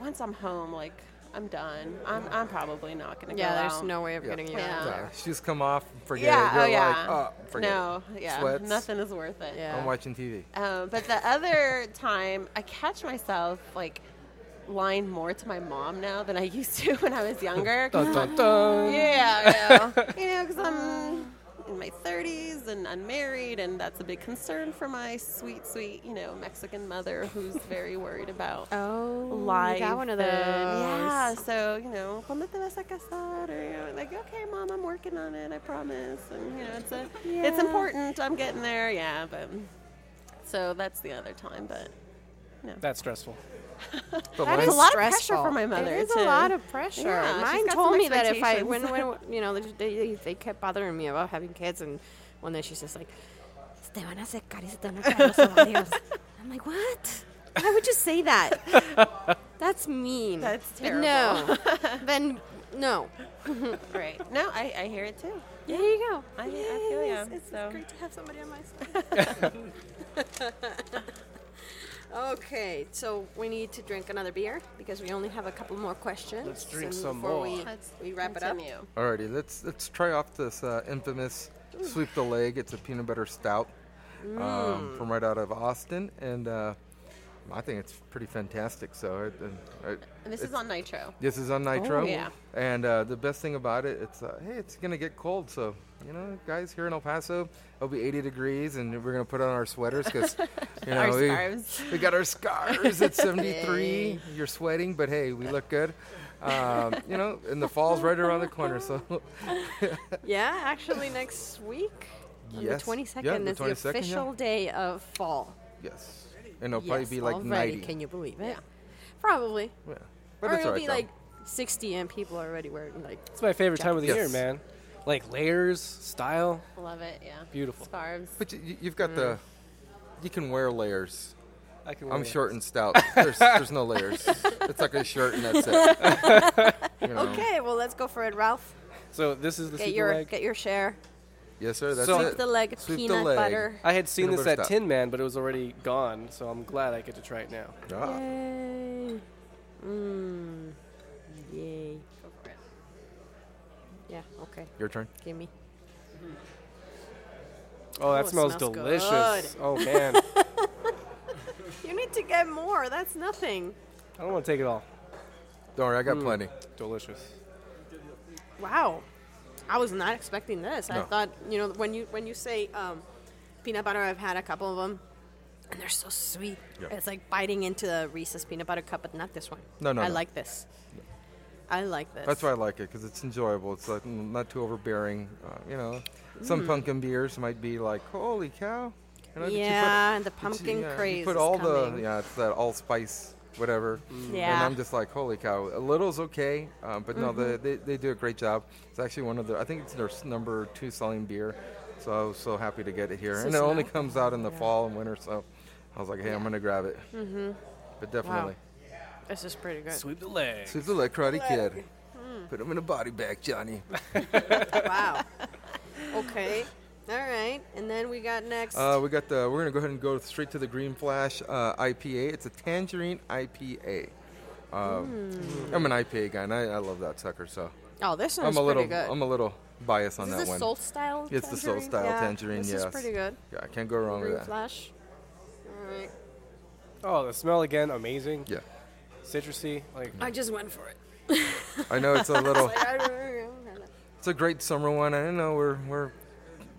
D: once i'm home like i'm done i'm, I'm probably not gonna go
A: Yeah, there's
D: out.
A: no way of
C: Yeah.
A: getting you
D: Yeah.
A: out. of there.
C: Yeah, she's come off. Forget
D: yeah
C: it. You're
D: oh yeah
C: like, oh, forget
D: no
C: it.
D: yeah
C: Sweats.
D: nothing is worth it
A: Yeah.
C: I'm watching TV.
D: um, but the other time i catch myself like lying more to my mom now than i used to when i was younger
C: Oh,
D: 'cause
B: Dun, dun, dun.
D: yeah, I know. you know, because I'm in my 30s and unmarried, and that's a big concern for my sweet, sweet, you know, Mexican mother who's very worried about
A: Oh, you
D: life.
A: got one of
D: and-
A: those.
D: yeah. So you know, cuando te vas a casar? Or, you know, like, okay, mom, I'm working on it. I promise. And you know, it's a, it's
A: Yeah.
D: important. I'm getting there. Yeah, but so that's the other time, but.
B: That's stressful.
C: But
D: That
C: when
D: is
C: I-
D: a lot of pressure for my mother,
A: It is
D: too.
A: a lot of pressure.
D: Yeah, she's
A: Mine
D: got some
A: told me that if I when
D: expectations.
A: when you know they, they, they kept bothering me about having kids, and one day she's just like, "Te van a secar y se te van a caer los ovarios." I'm like, "What? Why would you say that? That's mean.
D: That's
A: But no, then no.
D: Right. No, I, I hear it too.
A: There you go.
D: I- I feel ya,
A: Yes, It's
D: so.
A: great to have somebody on my side. okay, so we need to drink another beer because we only have a couple more questions.
B: Let's drink
A: and
B: some
A: before
B: more.
A: We, we wrap it
D: continue.
A: up.
C: Alrighty, let's let's try off this uh, infamous sweep the leg. It's a peanut butter stout
D: Mm.
C: um, from right out of Austin, and uh, I think it's pretty fantastic. So it, and it,
D: And this is
C: it's-
D: on Nitro.
C: this is on Nitro.
D: Oh. Yeah.
C: And uh, the best thing about it, it's uh, hey, it's gonna get cold. So you know, guys, here in El Paso, it'll be 80 degrees, and we're gonna put on our sweaters because you know
D: Our
C: we,
D: scarves.
C: we got our scarves at 73. You're sweating, but hey, we look good. Um, you know, and the fall's right around the corner, so
A: Yeah, actually, next week. on
C: Yes.
A: The 22nd
C: Yeah, the
A: is the
C: 22nd, yeah.
A: official day of fall.
C: Yes. And it'll
A: yes,
C: probably be like
A: already.
C: 90.
A: Can you believe it?
D: Yeah.
A: Probably.
C: yeah.
A: or
C: But it's
A: it'll
C: alright
A: be
C: though.
A: like 60 and people are already wearing like.
B: It's my favorite time of the
C: Yes.
B: year, man. Like layers, style.
D: Love it. Yeah.
B: Beautiful.
D: Scarves.
C: But you- you, you've got the.
A: Mm.
C: You can wear layers.
B: I can.
C: I'm
B: wear it.
C: short and stout. There's, there's no layers. It's like a shirt and that's it. You know.
A: Okay, well, let's go for it, Ralph.
B: So this is the
A: Get
B: super
A: your
B: leg.
A: get your share.
C: Yes, sir. That's
B: So-
C: it.
A: Sweep the leg,
C: Sweep the
A: peanut
C: leg.
A: butter.
B: I had seen
C: Peanut
B: this
C: butter
B: at
C: stout.
B: Tin Man, but it was already gone. So I'm glad I get to try it now.
C: Ah,
A: Yay. Mm. Yay.
D: Go for it.
A: Yeah, okay.
C: Your turn.
A: Give me.
B: Oh, that
A: it
B: smells,
A: smells
B: delicious.
A: good.
B: Oh man, I
A: You need to get more. That's nothing.
B: don't want to take it all.
C: Don't worry, I got plenty.
B: Delicious.
A: Wow, I was not expecting this. I
C: No.
A: thought you know when you when you say um, peanut butter, I've had a couple of them, and they're so sweet.
C: Yep.
A: It's like biting into the Reese's peanut butter cup, but not this one.
C: No, no,
A: I
C: no.
A: like this. I like this.
C: That's why I like it because it's enjoyable. It's like mm, not too overbearing. Uh, you know, some
A: Mm.
C: pumpkin beers might be like, holy cow. You know, did you put-
A: Yeah, and the
C: did you-
A: pumpkin
C: yeah, you
A: craze
C: put
A: is
C: all the
A: coming. Mm.
C: yeah, it's that allspice whatever. And
A: Yeah. Mm-hmm.
C: I'm just like, holy cow, a little's okay, um, but no, they, they, they do a great job. It's actually one of the, I think it's their s- number two selling beer. So I was so happy to get it here.
A: So
C: and it only
A: small.
C: comes out in the fall and winter, so I was like, hey, I'm going to grab it. Mm-hmm. But definitely.
A: This is pretty good.
B: Sweep the leg.
C: She's a like Karate Kid.
A: Mm.
C: Put him in a body bag, Johnny.
A: wow. Okay. All right, and then we got next.
C: Uh, we got the. We're gonna go ahead and go straight to the Green Flash uh, IPA. It's a tangerine IPA. Um, I'm an IPA guy, and I, I love that sucker. So
A: oh, this one's
C: I'm a little.
A: Hmm. pretty good.
C: I'm a little biased on
A: Is
C: that
A: this
C: one.
A: soul style?
C: It's the soul
A: tangerine?
C: style
A: Yeah,
C: tangerine.
A: This
C: yes.
A: is pretty good.
C: Yeah, I can't go wrong
A: Green
C: with that.
A: flash. All right.
B: Oh, the smell again, amazing.
C: Yeah,
B: Citrusy. Like
A: I just went for it.
C: I know it's a little.
A: Like, I don't know.
C: it's a great summer one. I know we're we're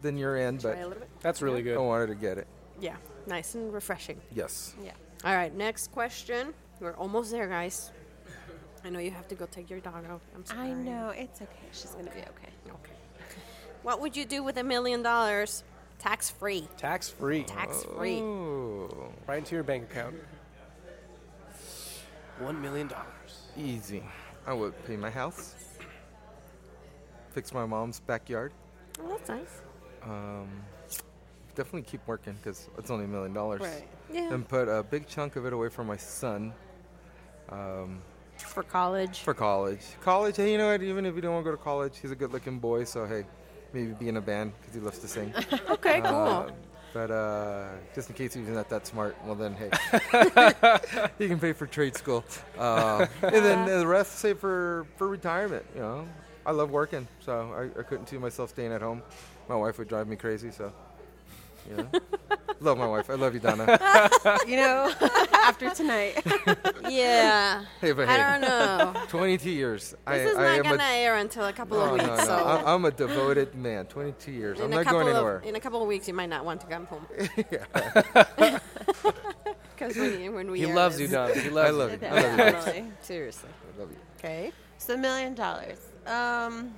C: than your end,
A: Try
C: but
A: a little bit.
B: that's really
C: I
B: good.
C: wanted to get it.
A: Yeah, nice and refreshing.
C: Yes.
D: Yeah.
A: All right, next question. We're almost there, guys. I know you have to go take your dog out. I'm sorry.
D: I know. It's okay. She's going to be okay.
A: Okay. What would you do with a million dollars tax free?
B: Tax free.
A: Tax free.
C: Ooh,
B: Right into your bank account. One million dollars.
C: easy. I would pay my house, fix my mom's backyard.
A: Oh, that's nice.
C: Um, definitely keep working because it's only a million dollars.
D: Right.
A: Yeah.
C: And put a big chunk of it away for my son
A: for college.
C: for college. College, hey, you know what? Even if you don't want to go to college, he's a good-looking boy. So hey, maybe be in a band because he loves to sing.
A: okay, cool.
C: Uh, but uh, just in case he's not that smart, well then, hey, he can pay for trade school, uh, and then the rest save for for retirement. You know, I love working, so I, I couldn't see myself staying at home. My wife would drive me crazy, so. You know. love my wife. I love you, Donna.
D: You know, after tonight.
A: Um, yeah.
C: Hey, but
A: I don't
C: hey,
A: know.
C: 22 years. I,
A: This is
C: I
A: not
C: am
A: gonna air until a couple
C: a,
A: of
C: no,
A: weeks.
C: no, no.
A: So
C: I'm, I'm a devoted man. 22 years. I'm
A: in a
C: not
A: couple
C: going
A: of
C: anywhere.
A: in a couple of weeks, you might not want to come home. Because when, when we
B: He
A: air
B: loves you,
A: this-
B: Donna. He
C: I
B: loves
C: love
B: you.
C: you. I love you.
D: Definitely.
A: Seriously.
C: I love you.
A: Okay.
D: So a million dollars. Um,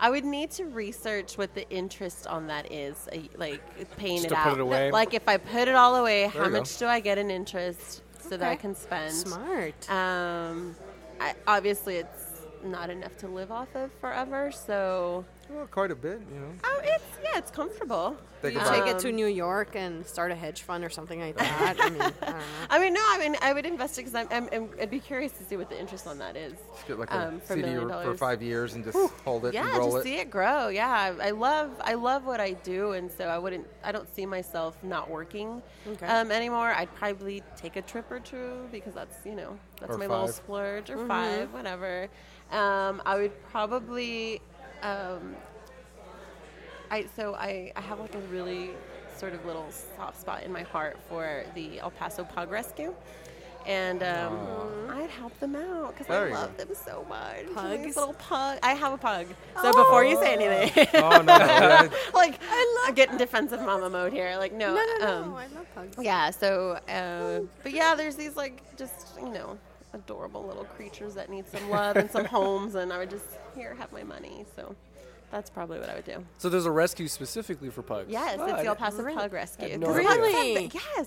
D: I would need to research what the interest on that is, uh, like paying
B: Just
D: it
B: to put
D: out.
B: it away?
D: Like if I put it all away,
C: you
D: how
C: go.
D: much do I get in interest so that I
A: Okay.
D: can spend?
A: Smart.
D: Um, I, obviously it's not enough to live off of forever, so
C: Well, quite a bit, you know.
D: oh, it's yeah, it's comfortable.
C: Think
A: you
C: about
A: take
C: it.
A: it to New York and start a hedge fund or something like that. I mean, I don't know.
D: I mean, no, I mean, I would invest it because I'm, I'm, I'm, I'd be curious to see what the interest on that is.
C: Just get like a
D: um, for a
C: CD
D: million
C: for
D: dollars.
C: five years and just hold it
D: yeah,
C: and roll
D: just
C: it.
D: see it grow. Yeah, I, I love I love what I do, and so I wouldn't I don't see myself not working
A: Okay.
D: um, anymore. I'd probably take a trip or two because that's you know that's
C: Or
D: my little
C: five.
D: splurge
A: Mm-hmm.
D: or five, whatever. Um, I would probably um, I so I I have like a really sort of little soft spot in my heart for the El Paso Pug Rescue. And um, I'd help them out because
C: There
D: I
C: you
D: love
C: go.
D: them so much. And
A: Pugs?
D: these little pug. I have a pug. So before you say anything,
C: Oh no! yeah,
D: like I love am getting defensive mama mode here. Like
A: No,
D: no,
A: no, no.
D: um,
A: I love pugs.
D: yeah. So, uh, but yeah, there's these like just you know adorable little creatures that need some love and some homes, and I would just here have my money. So that's probably what I would do.
B: So there's a rescue specifically for pugs.
D: Yes,
B: Oh,
D: it's
B: I
D: the El
B: didn't-
D: Paso
B: really?
D: Pug Rescue.
B: no
D: 'Cause that's
A: idea.
D: something- Yes.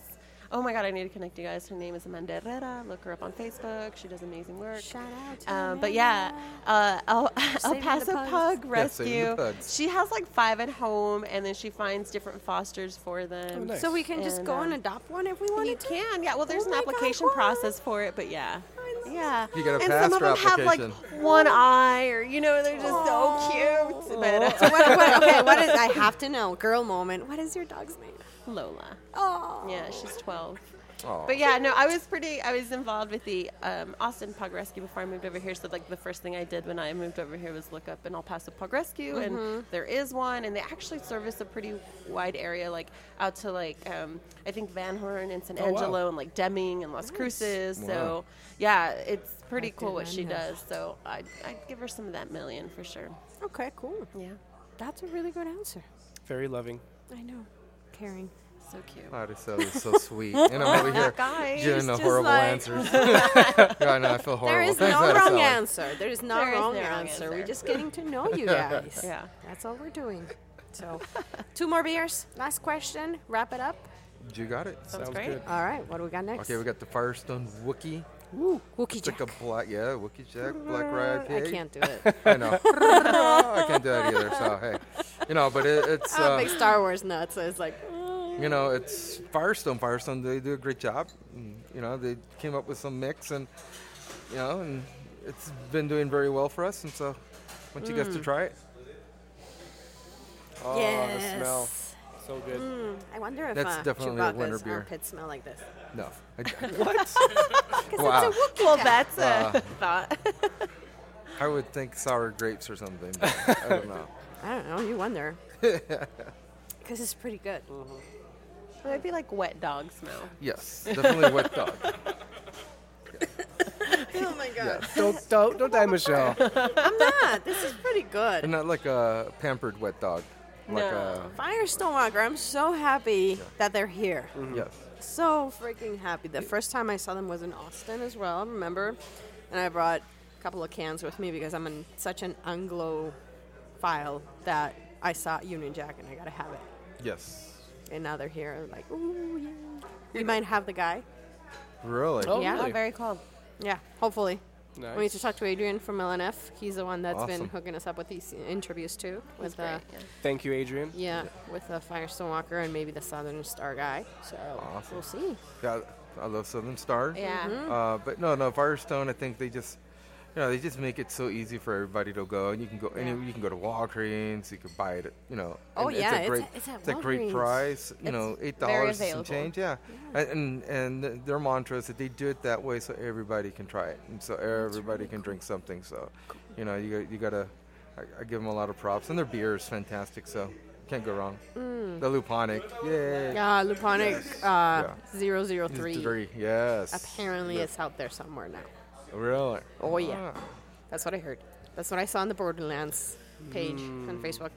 D: Oh my God, I need to connect you guys. Her name is Amanda Herrera. Look her up on Facebook. She does amazing work.
A: Shout out to
D: Um, but yeah, uh, El, El
A: Saving the
D: Paso
A: pugs.
D: Pug
C: Yeah, saving the
D: Rescue.
C: pugs.
D: she has like five at home, and then she finds different fosters for
B: Oh,
D: them.
B: nice.
A: So we can just
D: And,
A: go and
D: um,
A: adopt one if we want
D: You
A: to.
D: can, yeah. Well, there's
A: Oh
D: an
A: my God,
D: application
A: wow.
D: process for it, but yeah, yeah.
C: You gotta
D: and
C: pass
D: some of
C: your
D: them have like
C: application.
D: one eye, or you know, they're just so cute. But uh,
A: So what, what, okay, what is? I have to know. Girl moment. What is your dog's name?
D: Lola,
A: Oh.
D: yeah, she's 12.
C: Aw.
D: But yeah, no, I was pretty. I was involved with the um, Austin Pug Rescue before I moved over here. So like the first thing I did when I moved over here was look up an El Paso Pug Rescue,
B: Mm-hmm.
D: and there is one, and they actually service a pretty wide area, like out to like um, I think Van Horn and San
B: Oh, wow.
D: Angelo, and like Deming and Las Cruces.
C: Wow.
D: So yeah, it's pretty cool what she
A: Fernandez.
D: does. So I'd, I'd give her some of that million for sure.
A: Okay, cool.
D: Yeah,
A: That's a really good answer.
B: Very loving.
A: I know. Caring.
D: so cute.
C: Maricel Oh, is so sweet, and I'm over here
D: Guys,
C: giving the
A: Oh, just
C: horrible
A: like-
C: answers. God, no, I feel horrible.
A: There is
C: Thanks,
A: no wrong
C: Maricel.
A: answer. There is no
D: There is
A: wrong
D: no wrong
A: answer. We're
D: answer.
A: just getting to know you guys.
D: Yeah.
A: That's all we're doing. So, two more beers. Last question. Wrap it up.
C: You got it.
D: Sounds
B: Sounds
D: great.
B: good.
A: All right. What do we got next?
C: Okay, we got the Firestone Wookie.
A: Ooh, Wookie
C: It's like
A: Jack.
C: a black, yeah, Wookie Jack, Black Rye
A: I
C: IPA.
A: can't do it.
C: I know. I can't do that either. So hey, you know, but it, it's
A: I'm a
C: uh,
A: big Star Wars nut, so it's like.
C: you know, it's Firestone. Firestone, they do a great job. And, You know, they came up with some mix, and you know, and it's been doing very well for us. And so, I want you guys to try it.
B: Oh,
A: yes.
B: the smell. So good.
A: Mm, I wonder if
C: That's
A: uh,
C: definitely a winter
A: Chewbacca's
C: beer.
A: armpits smell like this.
C: No.
B: What?
C: wow.
D: Well, that's
C: Uh,
D: a thought.
C: I would think sour grapes or something. but I don't know.
A: I don't know. You wonder. Because it's pretty good.
D: it might be like wet dog smell.
C: Yes, definitely wet dog.
A: Oh my god.
C: Yes.
B: don't don't don't die, Michelle.
A: I'm not. This is pretty good.
C: And not like a pampered wet dog. Like
D: No.
A: Firestone Walker, I'm so happy that they're here.
C: a yes.
A: So freaking happy. The first time I saw them was in Austin as well, remember? And I brought a couple of cans with me because I'm in such an Anglo file that I saw Union Jack and I gotta have it.
C: Yes.
A: And now they're here, I'm like, ooh, yeah. We might have the guy.
C: Really?
B: Oh,
A: Yeah.
B: really?
D: very cool.
A: Yeah, hopefully. We need
B: Nice.
A: to talk to Adrian from LNF. He's the one that's been
C: Awesome.
A: hooking us up with these interviews too. With
D: That's
A: the
D: great. yeah.
B: Thank you, Adrian.
A: yeah, with the Firestone Walker and maybe the Southern Star guy. So
C: Awesome.
A: we'll see.
C: Yeah, I love Southern Star.
D: Yeah.
A: Mm-hmm.
D: Mhm.
C: Uh, but no, no Firestone. I think they just, you know, they just make it so easy for everybody to go, and you can go, and
A: Yeah.
C: you can go to Walgreens. You can buy it. You know.
A: Oh,
C: and
A: yeah,
C: It's
A: it's
C: a great,
A: at- it's at
C: great
A: Walgreens.
C: price. You
D: It's
C: know, eight
D: very
C: dollars
D: available.
C: and change. Yeah. And, and and their mantra is that they do it that way so everybody can try it, and so everybody can drink something. So, you know, you got- you gotta. I, I give them a lot of props, and their beer is fantastic. So. Can't go wrong. The Luponic,
A: Mm.
C: yay!
A: Yeah, Luponic uh,
C: Yeah.
A: zero zero three.
C: Three, yes.
A: Apparently,
C: Yeah.
A: it's out there somewhere now.
C: Really?
A: Oh, yeah.
C: Ah.
A: That's what I heard. That's what I saw on the Borderlands page
C: Mm.
A: on Facebook.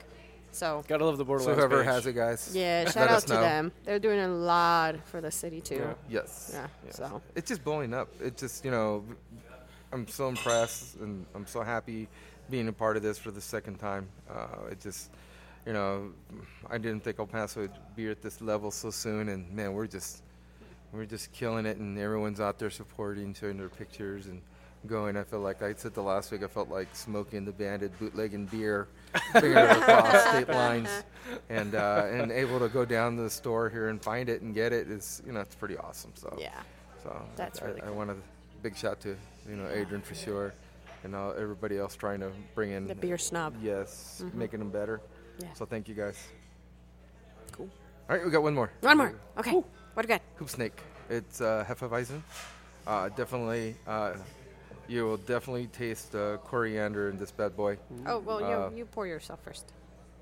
A: So
B: Gotta love the
C: So
B: Borderlands.
C: whoever
B: page.
C: has it, guys.
A: yeah,
C: let
A: shout out
C: us
A: to
C: know.
A: them. They're doing a lot for the city too.
B: Yeah.
C: Yes.
A: Yeah,
C: yes.
A: so.
C: It's just blowing up. It just, you know, I'm so impressed and I'm so happy being a part of this for the second time. Uh, it just, you know, I didn't think El Paso would be at this level so soon, and man, we're just, we're just killing it, and everyone's out there supporting, showing their pictures and going. I feel like I said the last week, I felt like smoking the banded bootlegging beer, figuring across state lines, and uh, and able to go down to the store here and find it and get it is, you know, it's pretty awesome. So
A: Yeah.
C: so
A: That's
C: I,
A: really
C: I
A: cool.
C: want a big shout to you know Adrian for sure, and all, everybody else trying to bring in
A: The beer snob.
C: Yes, making them better.
A: Yeah.
C: So thank you guys.
A: Cool.
C: All right, we got one more.
A: One more. Okay. What do you got?
C: Hoop snake. It's uh, hefeweizen. Uh, definitely, uh, you will definitely taste uh, coriander in this bad boy.
A: Oh well,
C: Uh,
A: you you pour yourself first.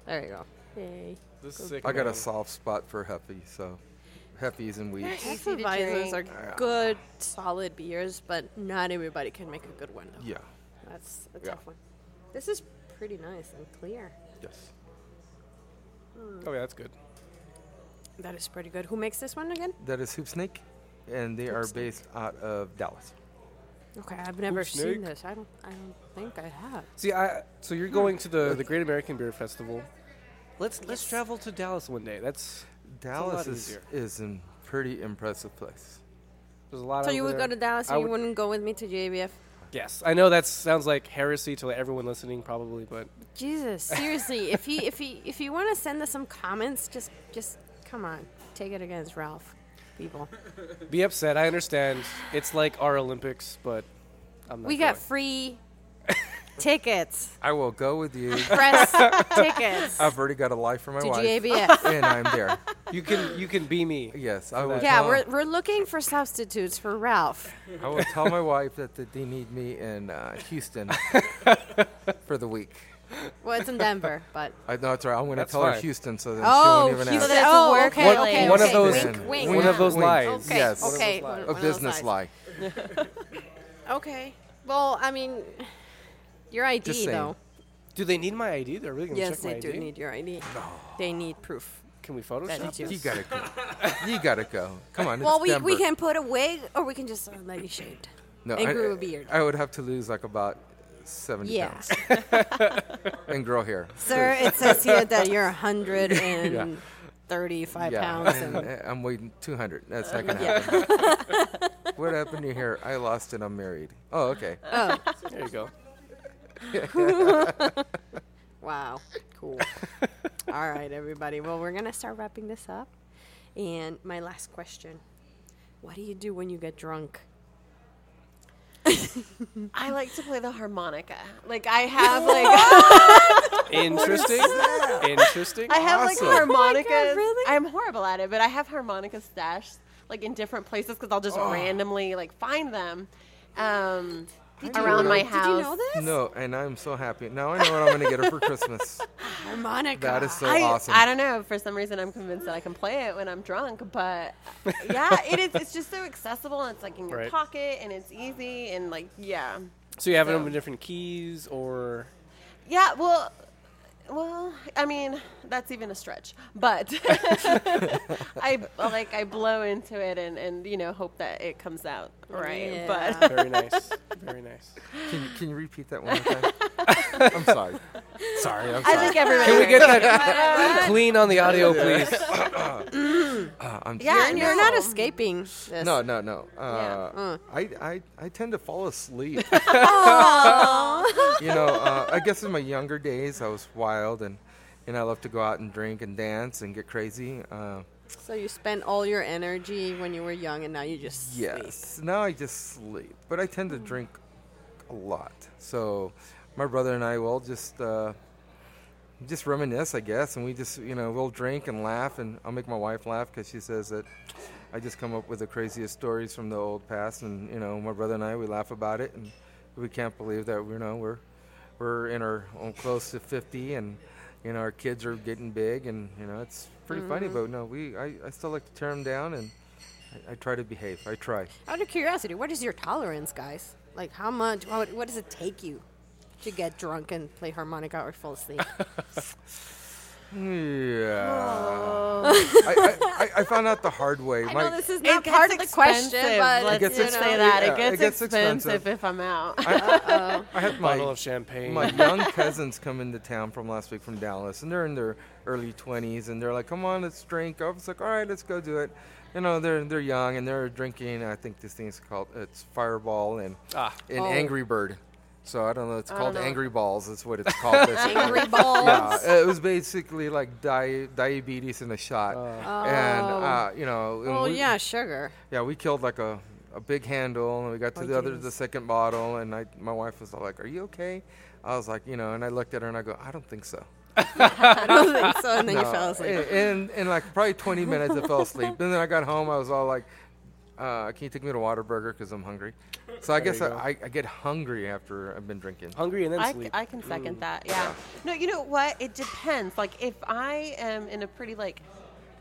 A: There you go. Yay.
B: This is sick.
C: I got a
A: Mm-hmm.
B: man.
C: soft spot for hefe, so hefes and wheats.
D: Easy to
A: Hefeweizens
D: drink.
A: are good, solid beers, but not everybody can make a good one. Though.
C: Yeah.
A: That's a
C: Yeah.
A: tough one. This is pretty nice and clear.
C: Yes.
B: Oh yeah, that's good.
A: That is pretty good. Who makes this one again?
C: That is hoop snake, and they are
A: Hoop Snake.
C: based out of Dallas.
A: Okay, I've never seen
B: snake.
A: this. I don't. I don't think I have.
B: See, I so you're going to the the Great American Beer Festival. Let's let's travel to Dallas one day. That's lot
C: Dallas is
B: easier.
C: is a pretty impressive place.
B: there's a lot.
A: So
B: over
A: you would go
B: there.
A: to Dallas,
B: I
A: and you
B: would-
A: wouldn't go with me to JBF.
B: Yes, I know that sounds like heresy to everyone listening, probably, but
A: Jesus, seriously. if he, if he, if you want to send us some comments, just, just come on, take it against Ralph, people.
B: be upset. I understand. It's like our Olympics, but I'm not.
A: We got
B: going.
A: free tickets,
C: I will go with you.
A: press tickets
C: I've already got a life for my
A: to
C: wife,
A: JBF.
C: and I'm there.
B: you can you can be me.
C: Yes, I will.
A: Yeah,
C: tell,
A: we're, we're looking for substitutes for Ralph.
C: I will tell my wife that, that they need me in uh, Houston for the week.
A: Well, it's in Denver, but
C: I, no, that's right. I'm going to
B: That's
C: tell her
B: fine.
C: Houston, so then
A: oh,
C: she won't even
A: Houston.
C: ask.
D: ask.
A: Oh,
D: One-
A: okay,
B: one-
A: okay,
B: one of
A: okay.
B: those-
A: wink, wink.
B: one of those
A: yeah.
B: lies.
A: Okay,
C: Yes. One of those
A: okay,
B: lies.
A: one
C: A
A: of those
C: business
A: lies.
C: lie.
A: Okay. Well, I mean, your ID
C: Just saying.
A: though.
B: Do they need my ID? They're really gonna
A: Yes,
B: check my
A: they do
B: ID.
A: need your ID. They need proof.
B: Can we Photoshop?
A: That you-
B: this?
C: You gotta go. You gotta go. Come on.
A: well,
C: it's
A: we, we
C: Denver.
A: can put a wig, or we can just uh, let you shaved.
C: No,
A: and
C: I,
A: grew a beard.
C: I would have to lose like about seventy
A: Yeah.
C: pounds and grow hair.
A: Sir, it says here that you're 135 pounds.
C: and,
A: And
C: uh, I'm waiting 200. That's not gonna happen. what happened to your hair? I lost it. I'm married. Oh, okay.
B: There you go.
A: wow, cool. All right, everybody. Well, we're gonna start wrapping this up. And my last question: What do you do when you get drunk?
D: I like to play the harmonica. Like I have like
B: Interesting. Interesting.
D: I have
C: Awesome.
D: like harmonicas.
A: Oh really?
D: I'm horrible at it, but I have harmonica stashed like in different places because I'll just
A: Oh.
D: randomly like find them um, around my house.
A: Did you know this?
C: No, and I'm so happy. Now I know what I'm going to get her for Christmas.
A: Harmonica.
C: That is so
D: I,
C: awesome.
D: I don't know. For some reason, I'm convinced that I can play it when I'm drunk. But yeah, it is. It's just so accessible. And it's like in your
B: Right.
D: pocket, and it's easy, and like yeah,
B: So you have them
D: So-
B: in different keys, or
D: yeah. Well, well, I mean, that's even a stretch. But I like I blow into it, and and you know hope that it comes out right.
A: Yeah.
D: But
B: very nice, very nice.
C: Can you, can you repeat that one more time? I'm sorry. Sorry, I'm
D: I
C: sorry.
D: think everybody.
B: Can we get
D: heard it.
B: that clean on the audio,
C: Yeah.
B: please?
C: Uh, I'm
D: Yeah,
A: You're, you're not
D: no.
A: escaping this.
C: No, no, no. Uh,
D: Yeah.
C: I, I, I tend to fall asleep. you know, uh, I guess in my younger days, I was wild and, and I loved to go out and drink and dance and get crazy. Uh,
A: So you spent all your energy when you were young, and now you just
C: yes. Now I just sleep. But I tend to drink a lot. So my brother and I will just. Uh, just reminisce, I guess, and we just, you know, we'll drink and laugh, and I'll make my wife laugh because she says that I just come up with the craziest stories from the old past, and you know, my brother and I, we laugh about it, and we can't believe that you know we're we're in our oh, close to 50, and you know, our kids are getting big, and you know, it's pretty funny, but no, we I, I still like to tear them down, and I, I try to behave, I try.
A: Out of curiosity, what is your tolerance, guys? Like, how much? What, what does it take you to get drunk and play harmonica or fall asleep?
C: Yeah, I, I, I- I found out the hard way.
A: I know
C: My-
A: this is
D: It
A: not
D: gets
A: part of the question,
D: expensive,
A: but
D: let's
C: gets
A: you
D: just
A: know,
D: say that
C: yeah,
D: it gets,
C: it gets
D: expensive,
C: expensive.
D: if I'm out.
C: I, I had my
B: Bottle of champagne.
C: My young cousins come into town from last week from Dallas, and they're in their early 20s, and they're like, "Come on, let's drink." I was like, "All right, let's go do it." You know, they're they're young and they're drinking. I think this thing's called it's Fireball and
B: Ah.
C: and
A: Oh.
C: Angry Bird. So I don't know. It's
D: I
C: called
D: don't know.
C: Angry Balls. That's what it's called. That's-
A: Angry balls.
C: yeah, Uh, it was basically like di- diabetes in a shot, and uh, you know, and
A: Well,
C: we-
A: Oh. yeah, sugar.
C: yeah, we killed like a, a big handle, and we got to
A: Oh,
C: the other,
A: geez.
C: the second bottle, and I, my wife was all like, "Are you okay?" I was like, you know, and I looked at her and I go, "I don't think so."
A: I don't think so. And then you
C: No.
A: fell asleep.
C: And, and, and, like probably 20 minutes, I fell asleep. And then I got home, I was all like, uh, "Can you take me to Waterburger because I'm hungry?" So I guess I,
B: you Oh.
C: I, I get hungry after I've been drinking.
B: Hungry and then
D: I, c-
B: sleep.
D: I can second
A: Mm.
D: that. Yeah. No, you know what? It depends. Like if I am in a pretty like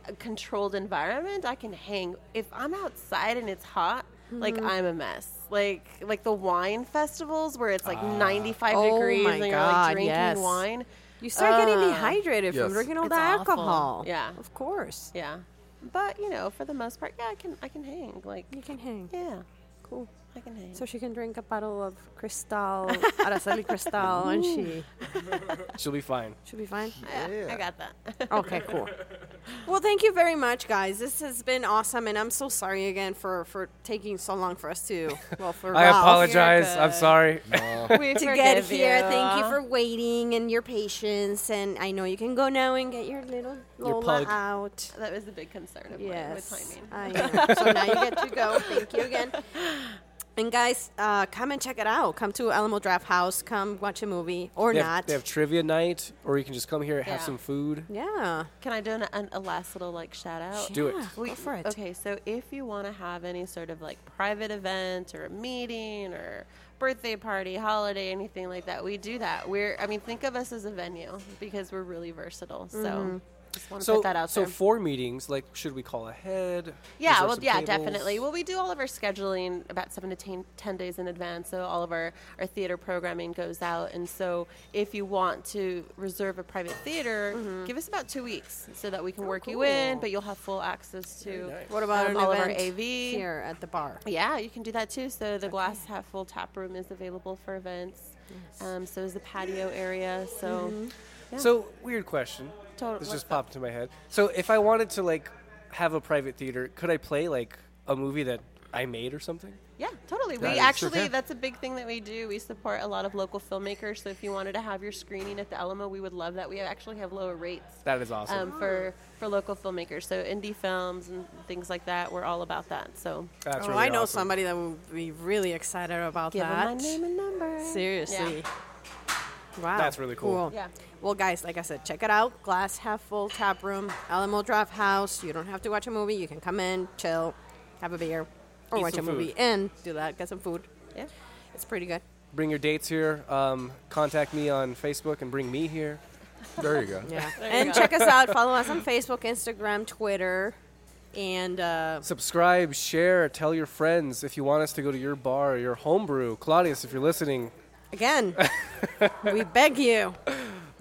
D: a controlled environment, I can hang. If I'm outside and it's hot,
A: Mm-hmm.
D: like I'm a mess. Like like the wine festivals where it's like 95
A: Oh
D: degrees
A: my
D: and you're
A: God,
D: like drinking
A: yes.
D: wine.
A: You start getting
D: Ah.
A: dehydrated
C: Yes.
A: from drinking all
D: It's
A: that
D: awful.
A: alcohol.
D: Yeah.
A: of course.
D: Yeah. But, you know, for the most part, yeah, I can I can hang. Like
A: You can hang.
D: yeah,
A: Cool.
D: I can hang.
A: So she can drink a bottle of Cristal, Araceli Cristal, and she
B: She'll be fine.
A: should be fine.
D: yeah,
C: Yeah.
D: I got that.
A: Okay, cool. Well, thank you very much, guys. This has been awesome, and I'm so sorry again for for taking so long for us to well for
B: I
A: Ralph
B: apologize. I'm
D: good.
B: sorry.
D: we
A: to get here. Thank you for waiting and your patience, and I know you can go now and get your little
B: Your
A: Lola
B: plug.
A: out.
D: That was the big concern of mine with
A: Yes,
D: timing.
A: I know. so now you get to go. Thank you again. And guys, uh, come and check it out. Come to Alamo Draft House. Come watch a movie or
B: They have,
A: not.
B: they have trivia night, or you can just come here, have
D: Yeah.
B: some food.
A: yeah,
D: Can I do an, an, a last little like shout out?
B: Do it.
A: Yeah,
D: We-
A: go for it.
D: Okay, so if you want to have any sort of like private event or a meeting or birthday party, holiday, anything like that, we do that. We're, I mean, think of us as a venue because we're really versatile. So
A: Mm-hmm.
D: just want to
B: So,
D: put that out
B: so
D: there.
B: for meetings, like, should we call ahead?
D: yeah,
B: Reserve
D: well,
B: some
D: yeah,
B: tables?
D: definitely. Well, we do all of our scheduling about seven to ten, 10 days in advance. So all of our, our theater programming goes out. And so if you want to reserve a private theater,
B: Mm-hmm.
D: give us about two weeks so that we can work you in,
A: cool.
D: but you'll have full access to
B: Oh, nice.
A: What about
D: um,
A: an
D: all
A: event
D: of our AV
A: here at the bar?
D: Yeah, you can do that too. So the glass half full tap room is available for events. Um, so is the patio area. So
B: Mm-hmm.
D: Yeah.
B: So, weird question.
D: Tot-
B: This
D: what's
B: just popped into my head. So, if I wanted to like have a private theater, could I play like a movie that I made or something?
D: Yeah, totally. We
C: Yeah, you sure
D: actually,
C: can.
D: that's a big thing that we do. We support a lot of local filmmakers. So if you wanted to have your screening at the Alamo, we would love that. We actually have lower rates
B: That is awesome.
D: um, for, for local filmmakers. So indie films and things like that, we're all about that. So
B: That's
A: oh,
B: really
A: I know
B: awesome.
A: somebody that would be really excited about
D: give
A: that.
D: them my name and number.
A: Seriously.
D: Yeah.
A: Wow.
B: That's really cool.
D: Yeah.
A: Well, guys, like I said, check it out. Glass Half Full Tap Room, Alamo Draft House. You don't have to watch a movie. You can come in, chill, have a beer, or
B: Eat
A: watch a
B: some
A: movie
B: food.
A: and do that. Get some food.
D: Yeah.
A: It's pretty good.
B: Bring your dates here. Um, contact me on Facebook and bring me here.
C: There you go.
A: Yeah.
D: There you
A: and
D: go.
A: check us out. Follow us on Facebook, Instagram, Twitter, and uh,
B: Subscribe, share, tell your friends if you want us to go to your bar or your homebrew. Claudius, if you're listening,
A: again, we beg you.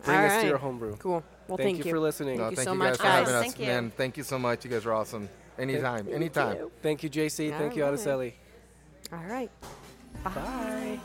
B: bring
A: All
B: us to your
A: right.
B: homebrew.
A: Cool. Well,
B: Thank
A: thank,
B: you for listening.
A: Thank
C: No,
A: you
C: thank
A: so
C: you
A: much,
C: guys for having
D: guys.
C: us,
D: Thank you.
C: man. Thank you so much. You guys are awesome. Anytime, anytime.
B: Thank you, JC.
A: All
B: Thank you,
A: right.
B: Araceli.
A: All right.
B: Bye.